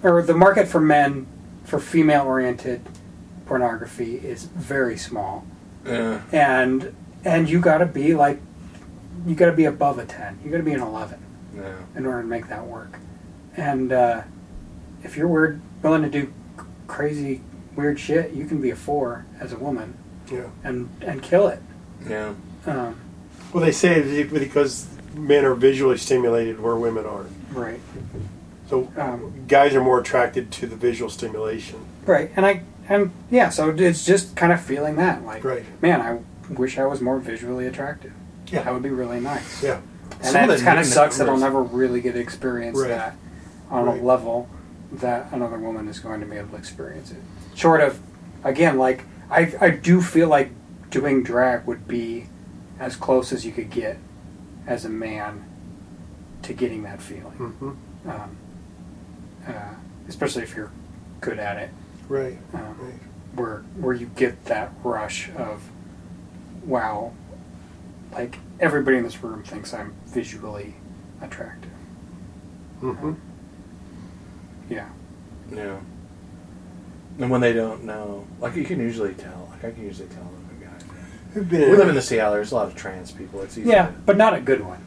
Speaker 6: or the market for men for female-oriented pornography is very small.
Speaker 5: yeah.
Speaker 6: and and you got to be like you got to be above a 10 you got to be an 11
Speaker 5: No.
Speaker 6: in order to make that work and uh, if you're weird, willing to do c- crazy weird shit you can be a 4 as a woman
Speaker 7: Yeah.
Speaker 6: and and kill it
Speaker 5: Yeah.
Speaker 6: um,
Speaker 7: Well, they say it because men are visually stimulated where women aren't.
Speaker 6: right
Speaker 7: So
Speaker 6: um,
Speaker 7: guys are more attracted to the visual stimulation.
Speaker 6: Right, and I and yeah, so it's just kind of feeling that like,
Speaker 7: Right.
Speaker 6: man, I wish I was more visually attractive.
Speaker 7: Yeah.
Speaker 6: that would be really nice.
Speaker 7: Yeah.
Speaker 6: and
Speaker 5: Some of
Speaker 6: that
Speaker 5: the
Speaker 6: kind of
Speaker 5: name
Speaker 6: sucks that I'll
Speaker 5: numbers-
Speaker 6: never really get to experience
Speaker 7: Right.
Speaker 6: that on
Speaker 7: Right.
Speaker 6: a level that another woman is going to be able to experience it. Short of, again, like I I do feel like doing drag would be as close as you could get as a man to getting that feeling,
Speaker 7: Mm-hmm.
Speaker 6: um, uh, especially if you're good at it
Speaker 7: Right.
Speaker 6: um, where where you get that rush of wow like everybody in this room thinks i'm visually attractive
Speaker 7: Mm-hmm.
Speaker 6: yeah
Speaker 5: Yeah. And when they don't know, like you can usually tell. Like I can usually tell. if a guy- We live in the Seattle. There's a lot of trans people. It's easy.
Speaker 6: yeah
Speaker 5: to-
Speaker 6: but not a good one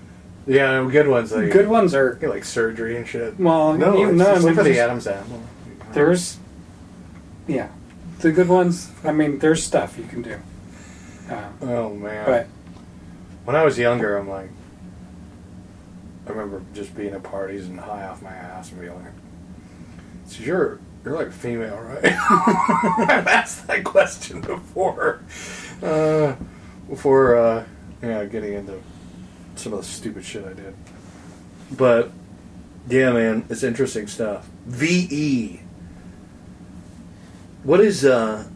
Speaker 5: Yeah, good ones. Like,
Speaker 6: Good ones are
Speaker 5: Get like surgery and shit.
Speaker 6: well,
Speaker 7: No,
Speaker 6: even
Speaker 7: it's
Speaker 6: though I
Speaker 5: Just
Speaker 6: mean,
Speaker 5: look for the
Speaker 6: there's-
Speaker 5: Adam's apple.
Speaker 6: there's yeah, the good ones. I mean, there's stuff you can do. Um,
Speaker 5: Oh man.
Speaker 6: but
Speaker 5: When I was younger, I'm like, I remember just being at parties and high off my ass and being like, "So you're you're like female, right?" I've asked that question before. Uh, before, uh, yeah, getting into some of the stupid shit I did. But yeah, man, it's interesting stuff. VE. What is uh?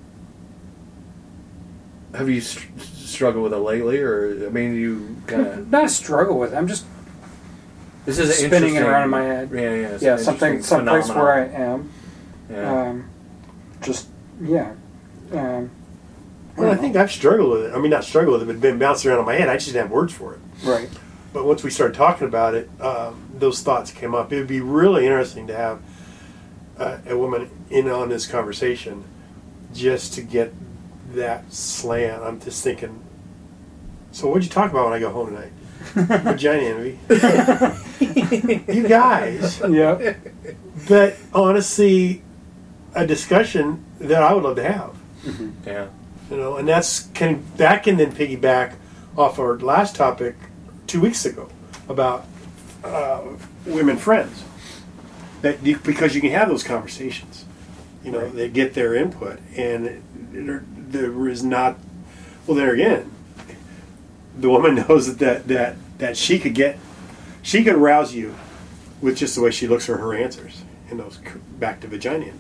Speaker 5: Have you str- struggled with it lately, or I mean, you kind of
Speaker 6: not a struggle with. it. I'm just
Speaker 5: this is an
Speaker 6: Spinning it
Speaker 5: interesting-
Speaker 6: around in my head.
Speaker 5: Yeah, yeah, it's
Speaker 6: yeah
Speaker 5: an
Speaker 6: something
Speaker 5: interesting
Speaker 6: someplace
Speaker 5: phenomenon.
Speaker 6: where I am.
Speaker 5: Yeah.
Speaker 6: Um, just yeah. Um,
Speaker 7: Well, I think I've struggled with it. I mean, not struggled with it, but been bouncing around in my head. I just didn't have words for it.
Speaker 6: right.
Speaker 7: But once we started talking about it, um, those thoughts came up. It would be really interesting to have uh, a woman in on this conversation just to get that slant. I'm just thinking, so what'd you talk about when I go home tonight? Vagina envy. you guys.
Speaker 6: Yeah.
Speaker 7: But honestly, a discussion that I would love to have
Speaker 6: uh,
Speaker 5: yeah,
Speaker 7: you know, and that's can that can then piggyback off our last topic two weeks ago about uh, women friends. That you, because you can have those conversations, you know, they get their input, and it- there, there is not. Well, there again, the woman knows that that that, that she could get, she could arouse you with just the way she looks or her answers, and those c- back to vagina envy.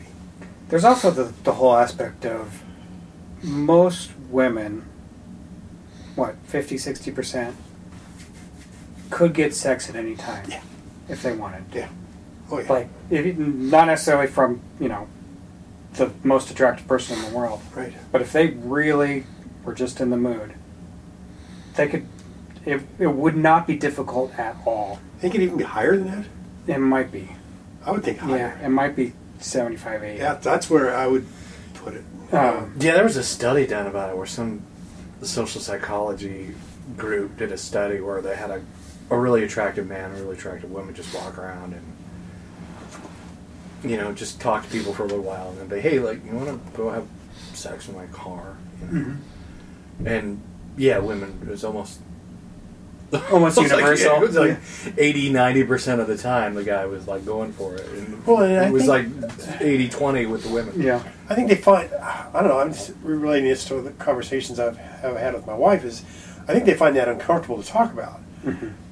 Speaker 6: There's also the, the whole aspect of most women, what, 50, 60%, could get sex at any time
Speaker 7: Yeah.
Speaker 6: if they wanted to.
Speaker 7: Yeah. Oh yeah,
Speaker 6: Like, if, you- not necessarily from, you know, the most attractive person in the world,
Speaker 7: right.
Speaker 6: but if they really were just in the mood, they could, it, it would not be difficult at all.
Speaker 7: Think it even be higher than that.
Speaker 6: It might be.
Speaker 7: I would think higher.
Speaker 6: Yeah, it might be 75, 80.
Speaker 7: Yeah, that's where I would put it.
Speaker 6: Um,
Speaker 5: yeah. There was a study done about it where some the social psychology group did a study where they had a a really attractive man, and a really attractive woman just walk around and you know just talk to people for a little while and then be hey like you want to go have sex in my car, you know? and yeah, women it was almost
Speaker 6: almost
Speaker 5: It's like-
Speaker 6: universal.
Speaker 5: it was like 80, 90% of the time the guy was like going for it. And
Speaker 7: Well, and I
Speaker 5: it was like
Speaker 7: think-
Speaker 5: 80, 20 with the women.
Speaker 6: yeah.
Speaker 7: I think they find I don't know. I'm just relating this to the conversations I've have had with my wife. Is I think they find that uncomfortable to talk about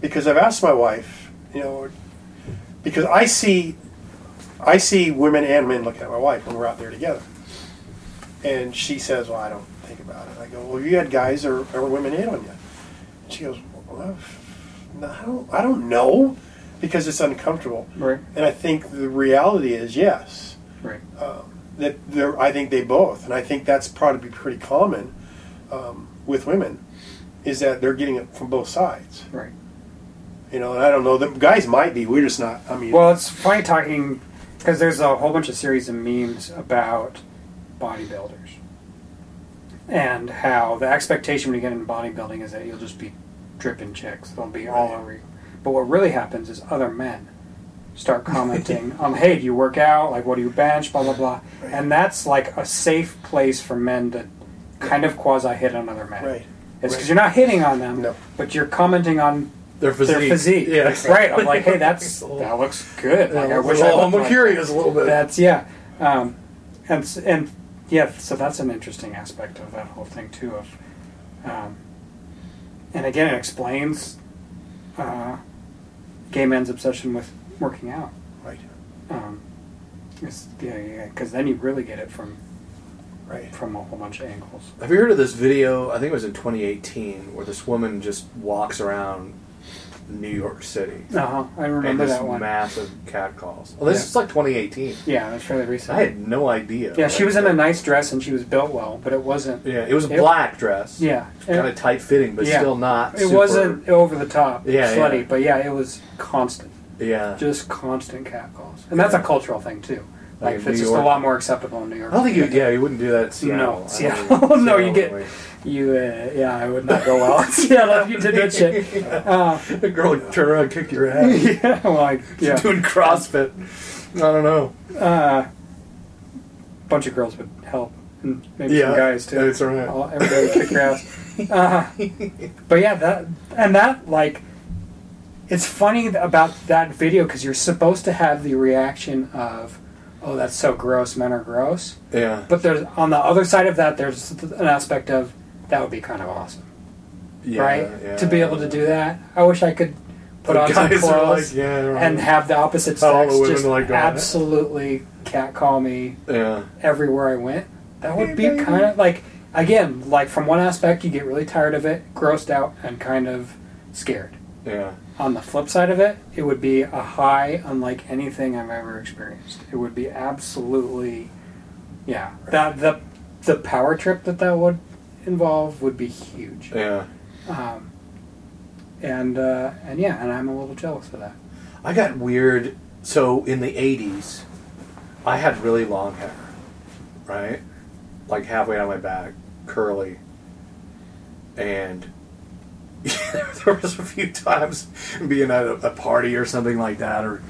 Speaker 7: because I've asked my wife, you know, because I see, I see women and men looking at my wife when we're out there together, and she says, "Well, I don't think about it." I go, "Well, have you had guys or, or women in on you?" And she goes, "Well, I've- no, I don't, I don't know," because it's uncomfortable.
Speaker 6: Right.
Speaker 7: And I think the reality is yes
Speaker 6: Right.
Speaker 7: that they're, I think they both, and I think that's probably pretty common um, with women, is that they're getting it from both sides.
Speaker 6: Right.
Speaker 7: You know, and I don't know that guys might be. We're just not. I mean,
Speaker 6: Well, it's funny talking because there's a whole bunch of series of memes about bodybuilders and how the expectation when you get into bodybuilding is that you'll just be dripping chicks; they'll be all over you. But what really happens is other men start commenting on, "Hey, do you work out? Like, what do you bench? Blah blah blah," and that's like a safe place for men to kind of quasi hit on other men.
Speaker 7: right.
Speaker 6: It's because
Speaker 7: Right.
Speaker 6: you're not hitting on them,
Speaker 7: No.
Speaker 6: but you're commenting on
Speaker 5: Their physique.
Speaker 6: their physique.
Speaker 5: Yeah.
Speaker 6: Right. I'm like, hey, that's that looks good. Like, I wish I
Speaker 5: well,
Speaker 6: looked
Speaker 5: I'm
Speaker 6: like
Speaker 5: curious a little bit.
Speaker 6: That's yeah. Um, and s- and yeah, so that's an interesting aspect of that whole thing too. Of um, and again, it explains uh, gay men's obsession with working out.
Speaker 7: Right.
Speaker 6: Um, it's, yeah, yeah, because then you really get it from
Speaker 7: Right.
Speaker 6: from a whole bunch of angles.
Speaker 5: Have you heard of this video? I think it was in 2018 where this woman just walks around New York City.
Speaker 6: Uh huh. I
Speaker 5: and
Speaker 6: remember
Speaker 5: just
Speaker 6: that one.
Speaker 5: massive cat calls. Well, this
Speaker 6: Yeah.
Speaker 5: is like 2018.
Speaker 6: Yeah, that's fairly recent.
Speaker 5: I had no idea.
Speaker 6: Yeah, she
Speaker 5: Like,
Speaker 6: was in a nice dress and she was built well, but it wasn't.
Speaker 5: Yeah, it was a
Speaker 6: It-
Speaker 5: black dress.
Speaker 6: Yeah,
Speaker 5: Kind of tight fitting, but
Speaker 6: Yeah.
Speaker 5: still not.
Speaker 6: it,
Speaker 5: super-
Speaker 6: wasn't over the top,
Speaker 5: Yeah,
Speaker 6: slutty,
Speaker 5: yeah.
Speaker 6: but yeah, it was constant,
Speaker 5: Yeah.
Speaker 6: just constant catcalls, and that's a
Speaker 5: Yeah.
Speaker 6: cultural thing too.
Speaker 5: Like
Speaker 6: Like
Speaker 5: in
Speaker 6: it's
Speaker 5: New
Speaker 6: just a
Speaker 5: York.
Speaker 6: lot more acceptable in New York.
Speaker 5: I don't think you. Yeah, you wouldn't do that. In Seattle.
Speaker 6: No,
Speaker 5: I don't
Speaker 6: Seattle.
Speaker 5: think-
Speaker 6: No, you get-
Speaker 5: wait.
Speaker 6: You, uh, yeah, I would not go out. yeah, if you did that shit.
Speaker 5: The girl would turn around and kick your ass.
Speaker 6: Yeah, like, yeah.
Speaker 5: Doing CrossFit. I don't know.
Speaker 6: Uh, bunch of girls would help, and maybe
Speaker 5: Yeah,
Speaker 6: some guys too.
Speaker 5: that's right.
Speaker 6: All- Everybody would kick your ass. Uh, but yeah, that and that like, it's funny th- about that video because you're supposed to have the reaction of, "Oh, that's so gross. Men are gross."
Speaker 5: Yeah.
Speaker 6: But there's on the other side of that, there's th- an aspect of that would be kind of awesome,
Speaker 5: yeah
Speaker 6: right?
Speaker 5: yeah.
Speaker 6: To be able to do that, I wish I could put
Speaker 5: The
Speaker 6: on some
Speaker 5: guys are
Speaker 6: clothes
Speaker 5: like, yeah, right.
Speaker 6: and have the opposite
Speaker 5: All the
Speaker 6: sex
Speaker 5: women
Speaker 6: just
Speaker 5: are like, "Oh, that-"
Speaker 6: absolutely catcall me
Speaker 5: Yeah.
Speaker 6: everywhere I went. That would be kind of like again, like from one aspect, you get really tired of it, grossed out, and kind of scared.
Speaker 5: Yeah.
Speaker 6: On the flip side of it, it would be a high unlike anything I've ever experienced. It would be absolutely, yeah. That the the power trip that that would involve would be huge.
Speaker 5: Yeah.
Speaker 6: Um, and uh, and yeah, and I'm a little jealous of that.
Speaker 5: I got weird. So in the '80s, I had really long hair, right? Like halfway down my back, curly. And there was a few times being at a, a party or something like that, or,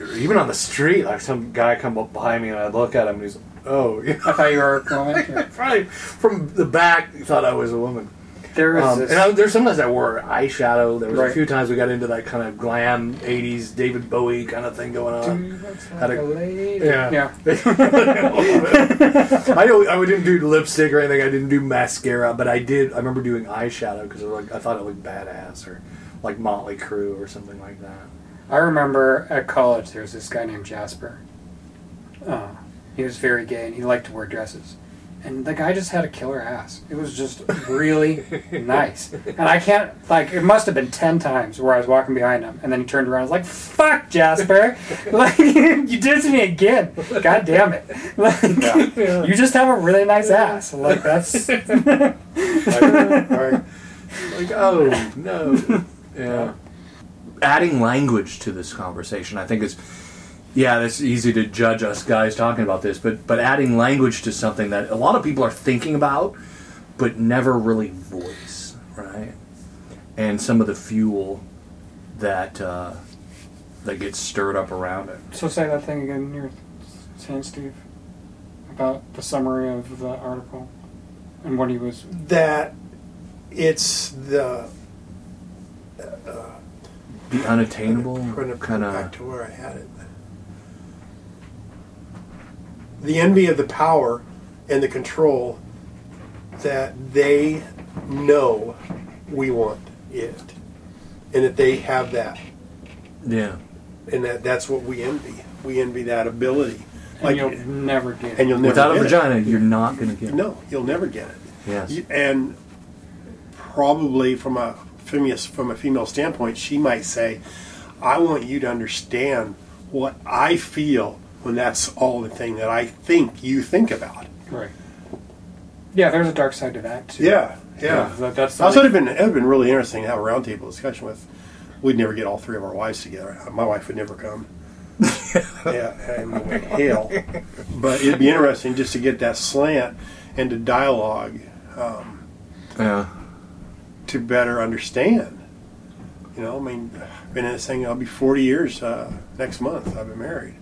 Speaker 5: or even on the street, like some guy come up behind me and I look at him and he's, oh, you
Speaker 6: I
Speaker 5: know,
Speaker 6: thought you were a woman.
Speaker 5: I
Speaker 6: too.
Speaker 5: probably from the back thought I was a woman.
Speaker 6: There is
Speaker 5: Um,
Speaker 6: this.
Speaker 5: and I, there's sometimes I wore eyeshadow. There was
Speaker 6: Right.
Speaker 5: a few times we got into that kind of glam '80s David Bowie kind of thing going on. had a- Yeah.
Speaker 6: yeah.
Speaker 5: I know I didn't do lipstick or anything. I didn't do mascara, but I did. I remember doing eyeshadow because like I thought it looked badass or like Motley Crue or something like that.
Speaker 6: I remember at college there was this guy named Jasper. Uh, he was very gay and he liked to wear dresses. And the guy just had a killer ass. It was just really nice. And I can't like it must have been ten times where I was walking behind him and then he turned around and was like, Fuck Jasper Like you did to me again. God damn it. Like you just have a really nice ass. Like that's
Speaker 7: All right.
Speaker 5: Like oh no, yeah. Adding language to this conversation, I think is. Yeah, that's easy to judge us guys talking about this, but but adding language to something that a lot of people are thinking about, but never really voice, right? And some of the fuel that uh, that gets stirred up around it.
Speaker 6: So say that thing again you're saying, Steve, about the summary of the article and what he was.
Speaker 7: That it's the
Speaker 5: The unattainable
Speaker 7: Put it
Speaker 5: kind
Speaker 7: back
Speaker 5: of
Speaker 7: to where I had it. The envy of the power and the control that they know we want it, and that they have that,
Speaker 5: yeah.
Speaker 7: and that that's what we envy. We envy that ability.
Speaker 6: And
Speaker 7: Like,
Speaker 6: you'll never get
Speaker 7: and you'll never
Speaker 5: Without a
Speaker 7: get it.
Speaker 5: vagina, you're not going to get
Speaker 7: No, you'll never get it.
Speaker 5: Yes.
Speaker 7: You- And probably from a from a, from a female standpoint, she might say, "I want you to understand what I feel when that's all the thing that I think you think about."
Speaker 6: right. Yeah, there's a dark side to that too.
Speaker 7: Yeah, yeah.
Speaker 6: That, that's
Speaker 7: I thought
Speaker 6: like-
Speaker 7: it'd been it'd been really interesting to have a roundtable discussion with. We'd never get all three of our wives together. My wife would never come. yeah, and hell. But it'd be interesting just to get that slant and to dialogue
Speaker 5: Yeah.
Speaker 7: to better understand. You know, I mean, I've been in this thing, I'll be 40 years uh, next month. I've been married.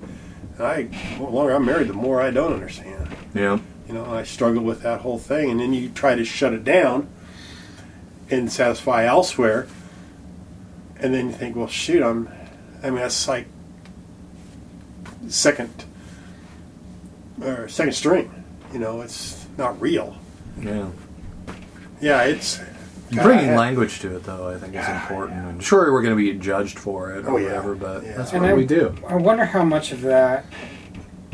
Speaker 7: And I, the longer I'm married, the more I don't understand.
Speaker 5: Yeah.
Speaker 7: You know, and I struggle with that whole thing. And then you try to shut it down and satisfy elsewhere. And then you think, well, shoot, I'm, I mean, that's like second, or second string. You know, it's not real.
Speaker 5: Yeah.
Speaker 7: Yeah, it's.
Speaker 5: Bringing
Speaker 7: I-
Speaker 5: language to it, though, I think is important. And sure, we're going to be judged for it or
Speaker 7: Oh, yeah.
Speaker 5: whatever, but
Speaker 7: Yeah.
Speaker 5: that's
Speaker 6: And
Speaker 5: what
Speaker 6: I-
Speaker 5: we do.
Speaker 6: I wonder how much of that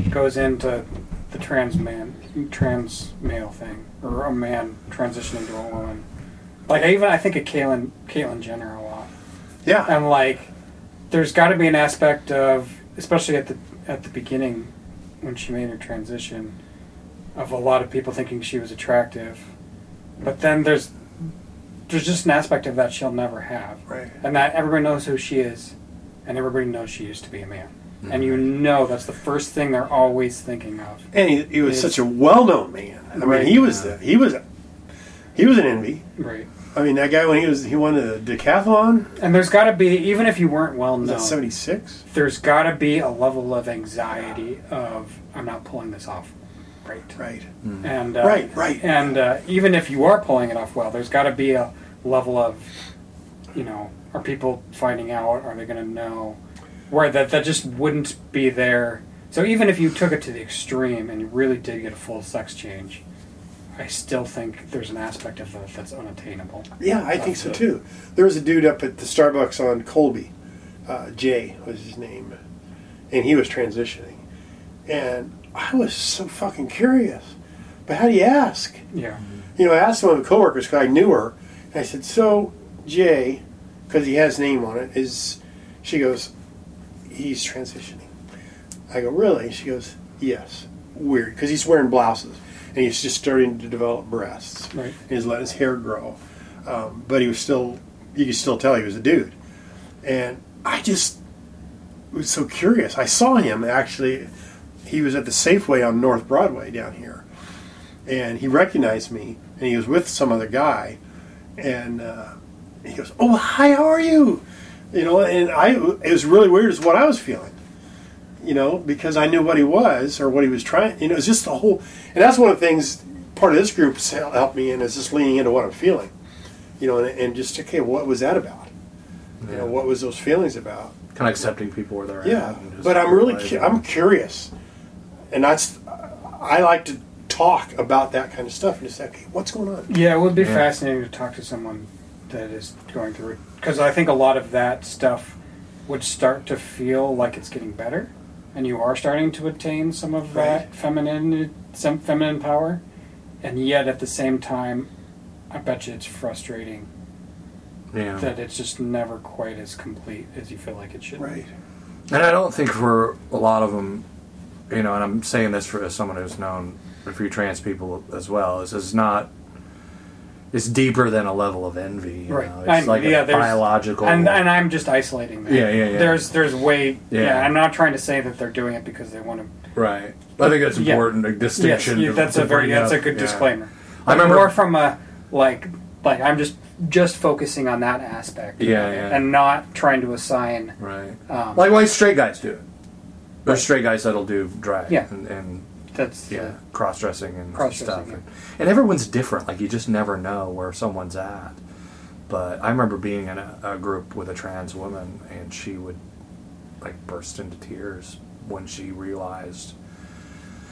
Speaker 6: goes into the trans man, trans male thing, or a man transitioning to a woman. Like I even I think of Caitlyn Caitlyn Jenner a lot.
Speaker 7: Yeah.
Speaker 6: and like there's got to be an aspect of especially at the at the beginning when she made her transition of a lot of people thinking she was attractive but then there's there's just an aspect of that she'll never have
Speaker 7: Right.
Speaker 6: and that everybody knows who she is and everybody knows she used to be a man and you know that's the first thing they're always thinking of
Speaker 7: And he, he was
Speaker 6: Is-
Speaker 7: such a well-known man. I mean,
Speaker 6: Right.
Speaker 7: he was the, he was He was an envy.
Speaker 6: Right.
Speaker 7: I mean, that guy when he was he won the decathlon.
Speaker 6: And there's got to be, even if you weren't well
Speaker 7: Was
Speaker 6: known,
Speaker 7: that seventy six?
Speaker 6: there's got to be a level of anxiety of I'm not pulling this off right.
Speaker 7: Right.
Speaker 6: And uh,
Speaker 7: Right, right.
Speaker 6: And uh, even if you are pulling it off well, there's got to be a level of, you know, are people finding out? Are they going to know? Where that that just wouldn't be there. So even if you took it to the extreme and you really did get a full sex change, I still think there's an aspect of that that's unattainable.
Speaker 7: Yeah, I think so too. There was a dude up at the Starbucks on Colby. Uh, Jay was his name, and he was transitioning, and I was so fucking curious. But how do you ask?
Speaker 6: Yeah.
Speaker 7: you know, I asked one of the coworkers because I knew her, and I said, "So Jay, because he has his name on it, is." She goes, "He's transitioning." I go, "Really?" She goes, "Yes." Weird, because he's wearing blouses and he's just starting to develop breasts.
Speaker 6: Right.
Speaker 7: And he's letting his hair grow, um, but he was still, you could still tell he was a dude. And I just was so curious. I saw him actually. He was at the Safeway on North Broadway down here, and he recognized me and he was with some other guy and uh, he goes oh hi how are you you know and i it was really weird is what i was feeling you know because i knew what he was or what he was trying you know it's just the whole and that's one of the things part of this group has hel- helped me in is just leaning into what i'm feeling you know and, and just okay what was that about you know what was those feelings about
Speaker 5: Kind of accepting people where they're
Speaker 7: yeah,
Speaker 5: at. and just
Speaker 7: but I'm really cu-
Speaker 5: realizing-
Speaker 7: I'm curious, and that's I like to talk about that kind of stuff and just say, okay, what's going on?
Speaker 6: Yeah, it would be fascinating to talk to someone that is going through it because I think a lot of that stuff would start to feel like it's getting better, and you are starting to attain some of
Speaker 7: Right.
Speaker 6: that feminine, some feminine power, and yet at the same time, I bet you it's frustrating
Speaker 5: Yeah.
Speaker 6: that it's just never quite as complete as you feel like it should. be.
Speaker 5: And I don't think for a lot of them, you know, and I'm saying this for as someone who's known a few trans people as well, is is not. It's deeper than a level of envy. You
Speaker 6: Right.
Speaker 5: Know?
Speaker 6: I-
Speaker 5: It's like
Speaker 6: yeah,
Speaker 5: a
Speaker 6: there's-
Speaker 5: biological.
Speaker 6: And, and I'm just isolating that.
Speaker 5: Yeah, yeah, yeah.
Speaker 6: There's there's way. Yeah.
Speaker 5: Yeah.
Speaker 6: I'm not trying to say that they're doing it because they want to.
Speaker 5: right. I think that's
Speaker 6: Yeah.
Speaker 5: important. A
Speaker 6: Yes,
Speaker 5: distinction.
Speaker 6: yeah,
Speaker 5: to-
Speaker 6: that's
Speaker 5: to
Speaker 6: a very
Speaker 5: bring
Speaker 6: that's
Speaker 5: up,
Speaker 6: a good
Speaker 5: yeah.
Speaker 6: disclaimer.
Speaker 5: I remember-
Speaker 6: more from a like like I'm just just focusing on that aspect. of
Speaker 5: Yeah,
Speaker 6: it
Speaker 5: yeah.
Speaker 6: And not trying to assign.
Speaker 5: Right.
Speaker 6: Um,
Speaker 5: like why straight guys do it. There's straight guys that'll do drag.
Speaker 6: Yeah.
Speaker 5: And, and
Speaker 6: That's
Speaker 5: yeah,
Speaker 6: yeah.
Speaker 5: cross dressing and
Speaker 6: Cross-dressing,
Speaker 5: stuff.
Speaker 6: yeah.
Speaker 5: And, and everyone's different. Like you just never know where someone's at. But I remember being in a, a group with a trans woman, and she would like burst into tears when she realized.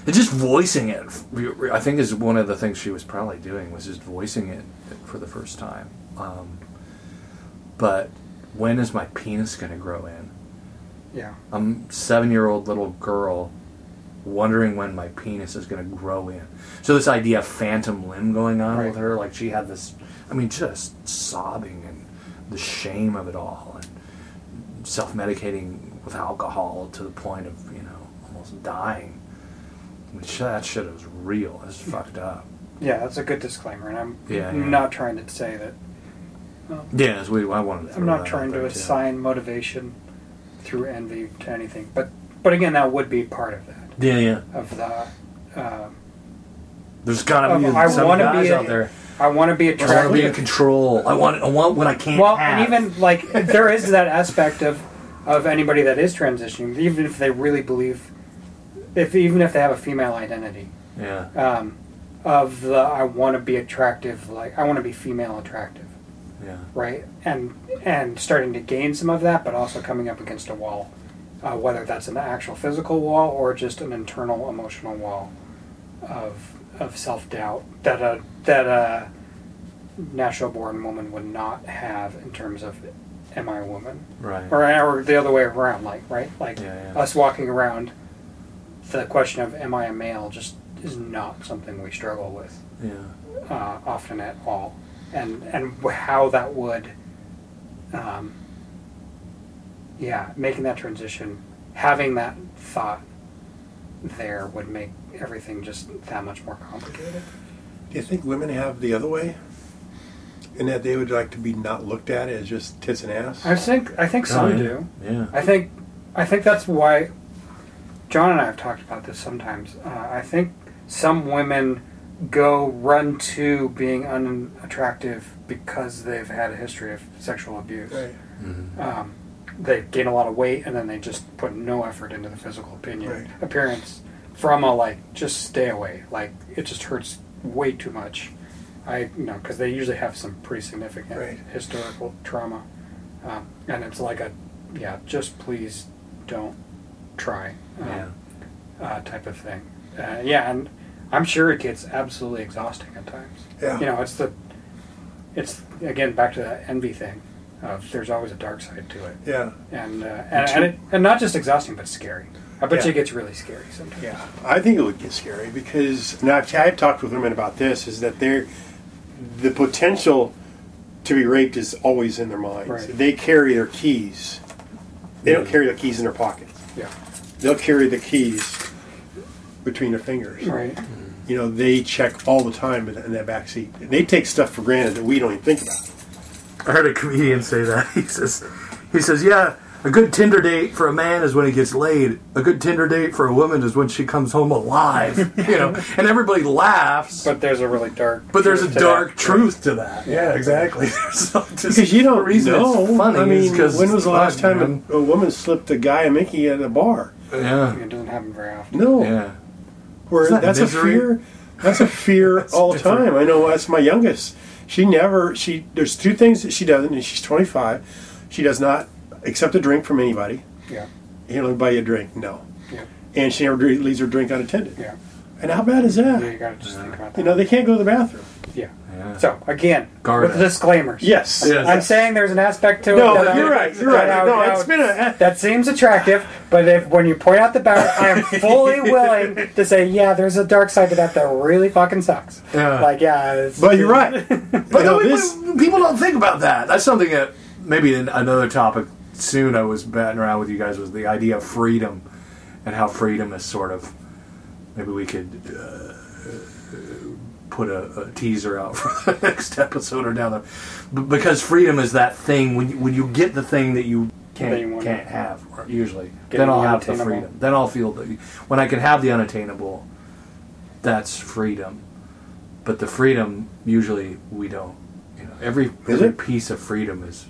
Speaker 5: And just voicing it, I think, is one of the things she was probably doing was just voicing it for the first time. Um, but when is my penis going to grow in?
Speaker 6: yeah.
Speaker 5: I'm seven year old little girl wondering when my penis is going to grow in. So this idea of phantom limb going on
Speaker 6: Right.
Speaker 5: with her, like she had this, I mean, just sobbing and the shame of it all, and self medicating with alcohol to the point of you know almost dying. I mean, sh- that shit was real. It's fucked up.
Speaker 6: Yeah, that's a good disclaimer, and I'm
Speaker 5: Yeah, yeah.
Speaker 6: not trying to say that.
Speaker 5: Yeah, that's we. I wanted. To
Speaker 6: I'm not trying to assign motivation through envy to anything, but but again, that would be part of that
Speaker 5: Yeah, yeah.
Speaker 6: of the. Um,
Speaker 5: There's gotta be
Speaker 6: Um, I
Speaker 5: some
Speaker 6: wanna
Speaker 5: guys
Speaker 6: be a-
Speaker 5: out there.
Speaker 6: I want to be
Speaker 5: I want to be in
Speaker 6: attracted.
Speaker 5: control. I want. I want what I can't.
Speaker 6: Well,
Speaker 5: have.
Speaker 6: and even like there is that aspect of of anybody that is transitioning, even if they really believe, if even if they have a female identity,
Speaker 5: yeah.
Speaker 6: um, of the I want to be attractive, like I want to be female attractive,
Speaker 5: Yeah.
Speaker 6: right? And and starting to gain some of that, but also coming up against a wall, uh, whether that's an actual physical wall or just an internal emotional wall of of self doubt that a that a natural born woman would not have in terms of am I a woman
Speaker 5: Right.
Speaker 6: or, or the other way around, like right, like
Speaker 5: Yeah, yeah.
Speaker 6: us walking around. The question of am I a male just is not something we struggle with
Speaker 5: Yeah.
Speaker 6: uh, often at all, and and wh- how that would, um, yeah, making that transition, having that thought there would make everything just that much more complicated.
Speaker 7: Do you think women have the other way, and that they would like to be not looked at as just tits and ass?
Speaker 6: I think I think some
Speaker 5: yeah.
Speaker 6: do.
Speaker 5: Yeah.
Speaker 6: I think I think that's why John and I have talked about this sometimes. Uh, I think some women go run to being unattractive because they've had a history of sexual abuse.
Speaker 7: Right.
Speaker 6: Um, they gain a lot of weight and then they just put no effort into the physical opinion
Speaker 7: Right.
Speaker 6: appearance from a like just stay away like it just hurts way too much i you know because they usually have some pretty significant
Speaker 7: Right.
Speaker 6: historical trauma um, and it's like a yeah just please don't try um,
Speaker 8: Yeah.
Speaker 6: uh, type of thing uh, yeah and i'm sure it gets absolutely exhausting at times
Speaker 7: Yeah.
Speaker 6: you know it's the it's again back to that envy thing of there's always a dark side to it
Speaker 7: Yeah.
Speaker 6: and uh, and, and, it, and not just exhausting, but scary. I bet
Speaker 7: Yeah.
Speaker 6: you it gets really scary sometimes.
Speaker 7: Yeah, I think it would get scary because now I've, I've talked with women about this is that they're the potential to be raped is always in their minds.
Speaker 6: Right.
Speaker 7: They carry their keys. They don't carry their keys in their pockets.
Speaker 6: Yeah.
Speaker 7: They'll carry the keys between their fingers.
Speaker 6: Right.
Speaker 7: You know, they check all the time in, in that back seat. They take stuff for granted that we don't even think about.
Speaker 5: I heard a comedian say that. He says, he says, yeah, a good Tinder date for a man is when he gets laid. A good Tinder date for a woman is when she comes home alive. You know, and everybody laughs. But,
Speaker 6: But there's a really dark.
Speaker 5: there's a
Speaker 6: truth to
Speaker 5: dark
Speaker 6: that.
Speaker 5: truth to that. Yeah, exactly. so just,
Speaker 7: Because you don't reason
Speaker 5: know.
Speaker 7: it's funny. I
Speaker 5: is
Speaker 7: mean,
Speaker 5: 'cause
Speaker 7: when was
Speaker 5: it's
Speaker 7: the last
Speaker 5: fun,
Speaker 7: time a, a woman slipped a guy a Mickey at a bar?
Speaker 5: yeah,
Speaker 6: It doesn't happen very often.
Speaker 7: No.
Speaker 5: yeah.
Speaker 7: Where
Speaker 5: Isn't that
Speaker 7: that's
Speaker 5: misery?
Speaker 7: a fear. That's a fear all the
Speaker 5: different.
Speaker 7: time. I know that's my youngest. She never. She there's two things that she doesn't, and she's 25. She does not accept a drink from anybody.
Speaker 6: Yeah.
Speaker 7: You know, buy you a drink. No.
Speaker 6: Yeah.
Speaker 7: And she never dr- leaves her drink unattended.
Speaker 6: Yeah.
Speaker 7: And how bad is
Speaker 6: Yeah, You
Speaker 7: that?
Speaker 6: gotta just think about that.
Speaker 7: You know, they can't go to the bathroom.
Speaker 6: yeah.
Speaker 5: Yeah.
Speaker 6: So again,
Speaker 5: Guard
Speaker 6: with
Speaker 5: it.
Speaker 6: disclaimers.
Speaker 7: Yes.
Speaker 5: Yeah.
Speaker 6: I'm saying there's an aspect to
Speaker 7: No,
Speaker 6: it. that I-
Speaker 7: you're right. You're right.
Speaker 6: that I-
Speaker 7: no,
Speaker 6: that I-
Speaker 7: it's been a.
Speaker 6: that seems attractive, but if, when you point out the bound, I am fully willing to say, yeah, there's a dark side to that that really fucking sucks.
Speaker 5: Yeah.
Speaker 6: Like, yeah. It's,
Speaker 7: But you're right.
Speaker 5: But
Speaker 7: You know,
Speaker 5: no, we-
Speaker 7: this-
Speaker 5: we- people don't think about that. That's something that maybe in another topic soon I was batting around with you guys was the idea of freedom and how freedom is sort of maybe we could uh, put a, a teaser out for the next episode or down there B- because freedom is that thing when you, when you get the thing that you
Speaker 6: That
Speaker 5: can't
Speaker 6: you want.
Speaker 5: can't have or usually
Speaker 6: Getting
Speaker 5: then I'll
Speaker 6: the
Speaker 5: have the
Speaker 6: unattainable.
Speaker 5: freedom then I'll feel the when I can have the unattainable that's freedom but the freedom usually we don't you know every
Speaker 7: Is
Speaker 5: every
Speaker 7: it?
Speaker 5: piece of freedom is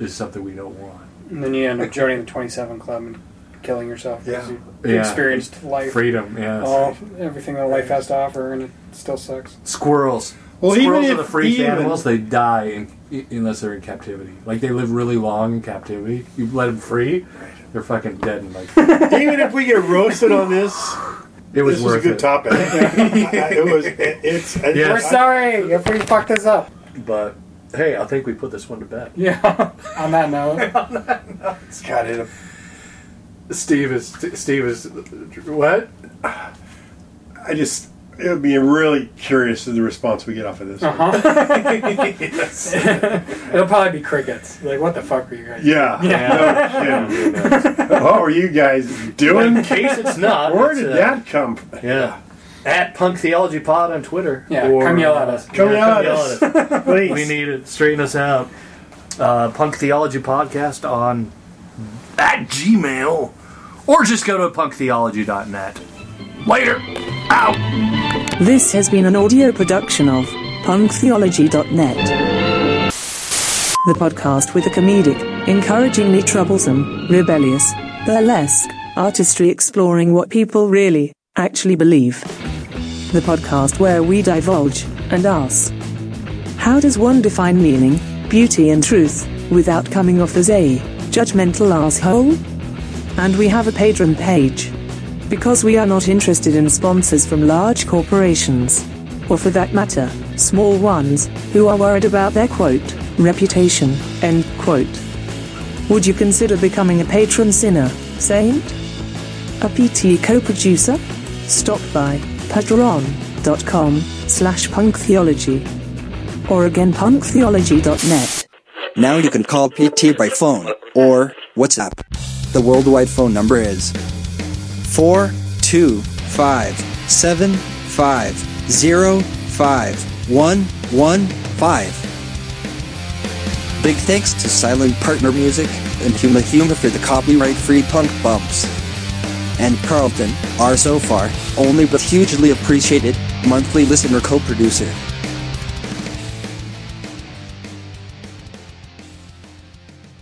Speaker 5: is something we don't want
Speaker 6: And then you end up joining the 27 Club and killing yourself. 'cause
Speaker 7: Yeah.
Speaker 6: You
Speaker 5: Yeah.
Speaker 6: experienced life.
Speaker 5: freedom yeah
Speaker 6: all everything that life has to offer, and it still sucks.
Speaker 5: squirrels
Speaker 7: Well,
Speaker 5: squirrels
Speaker 7: even
Speaker 5: are the
Speaker 7: if-
Speaker 5: freest
Speaker 7: even-
Speaker 5: animals they die in, i- unless they're in captivity like they live really long in captivity you let them free they're fucking dead and like
Speaker 7: Even if we get roasted on this,
Speaker 5: it was
Speaker 7: this
Speaker 5: worth
Speaker 7: was a good
Speaker 5: it
Speaker 7: topic. it was. It, it's.
Speaker 5: Yeah.
Speaker 6: We're sorry if we fucked this up.
Speaker 5: but hey i think we put this one to bed
Speaker 6: Yeah. On that note,
Speaker 7: God, it
Speaker 5: steve is steve is what
Speaker 7: I just it would be really curious of the response we get off of this.
Speaker 6: it'll probably be crickets. Like, what the fuck were you guys?
Speaker 7: Yeah. No kidding. what were you guys
Speaker 8: In
Speaker 7: doing?
Speaker 8: case it's not,
Speaker 7: Where
Speaker 8: it's,
Speaker 7: did
Speaker 8: uh,
Speaker 7: that come from?
Speaker 8: Yeah. At Punk Theology Pod on Twitter.
Speaker 6: Yeah, come yell at us.
Speaker 7: Come
Speaker 8: Yeah,
Speaker 7: at
Speaker 8: come
Speaker 7: us.
Speaker 8: yell at us.
Speaker 7: Please.
Speaker 8: we need it. Straighten us out. Uh, Punk Theology Podcast on
Speaker 5: at Gmail, or just go to punktheology.net. Later, out.
Speaker 2: This has been an audio production of punktheology.net. The podcast with a comedic, encouragingly troublesome, rebellious, burlesque, artistry exploring what people really, actually believe. The podcast where we divulge and ask How does one define meaning, beauty, and truth without coming off as a judgmental asshole? And we have a patron page because we are not interested in sponsors from large corporations. Or for that matter, small ones, who are worried about their quote, reputation, end quote. Would you consider becoming a patron sinner, saint? A PT co-producer? Stop by patreon.com slash punktheology or again punktheology.net.
Speaker 9: Now you can call PT by phone or WhatsApp. The worldwide phone number is 425-750-5115. Big thanks to Silent Partner Music and Huma Huma for the copyright-free punk bumps. And Carlton, are so far, only but hugely appreciated, monthly listener co producer.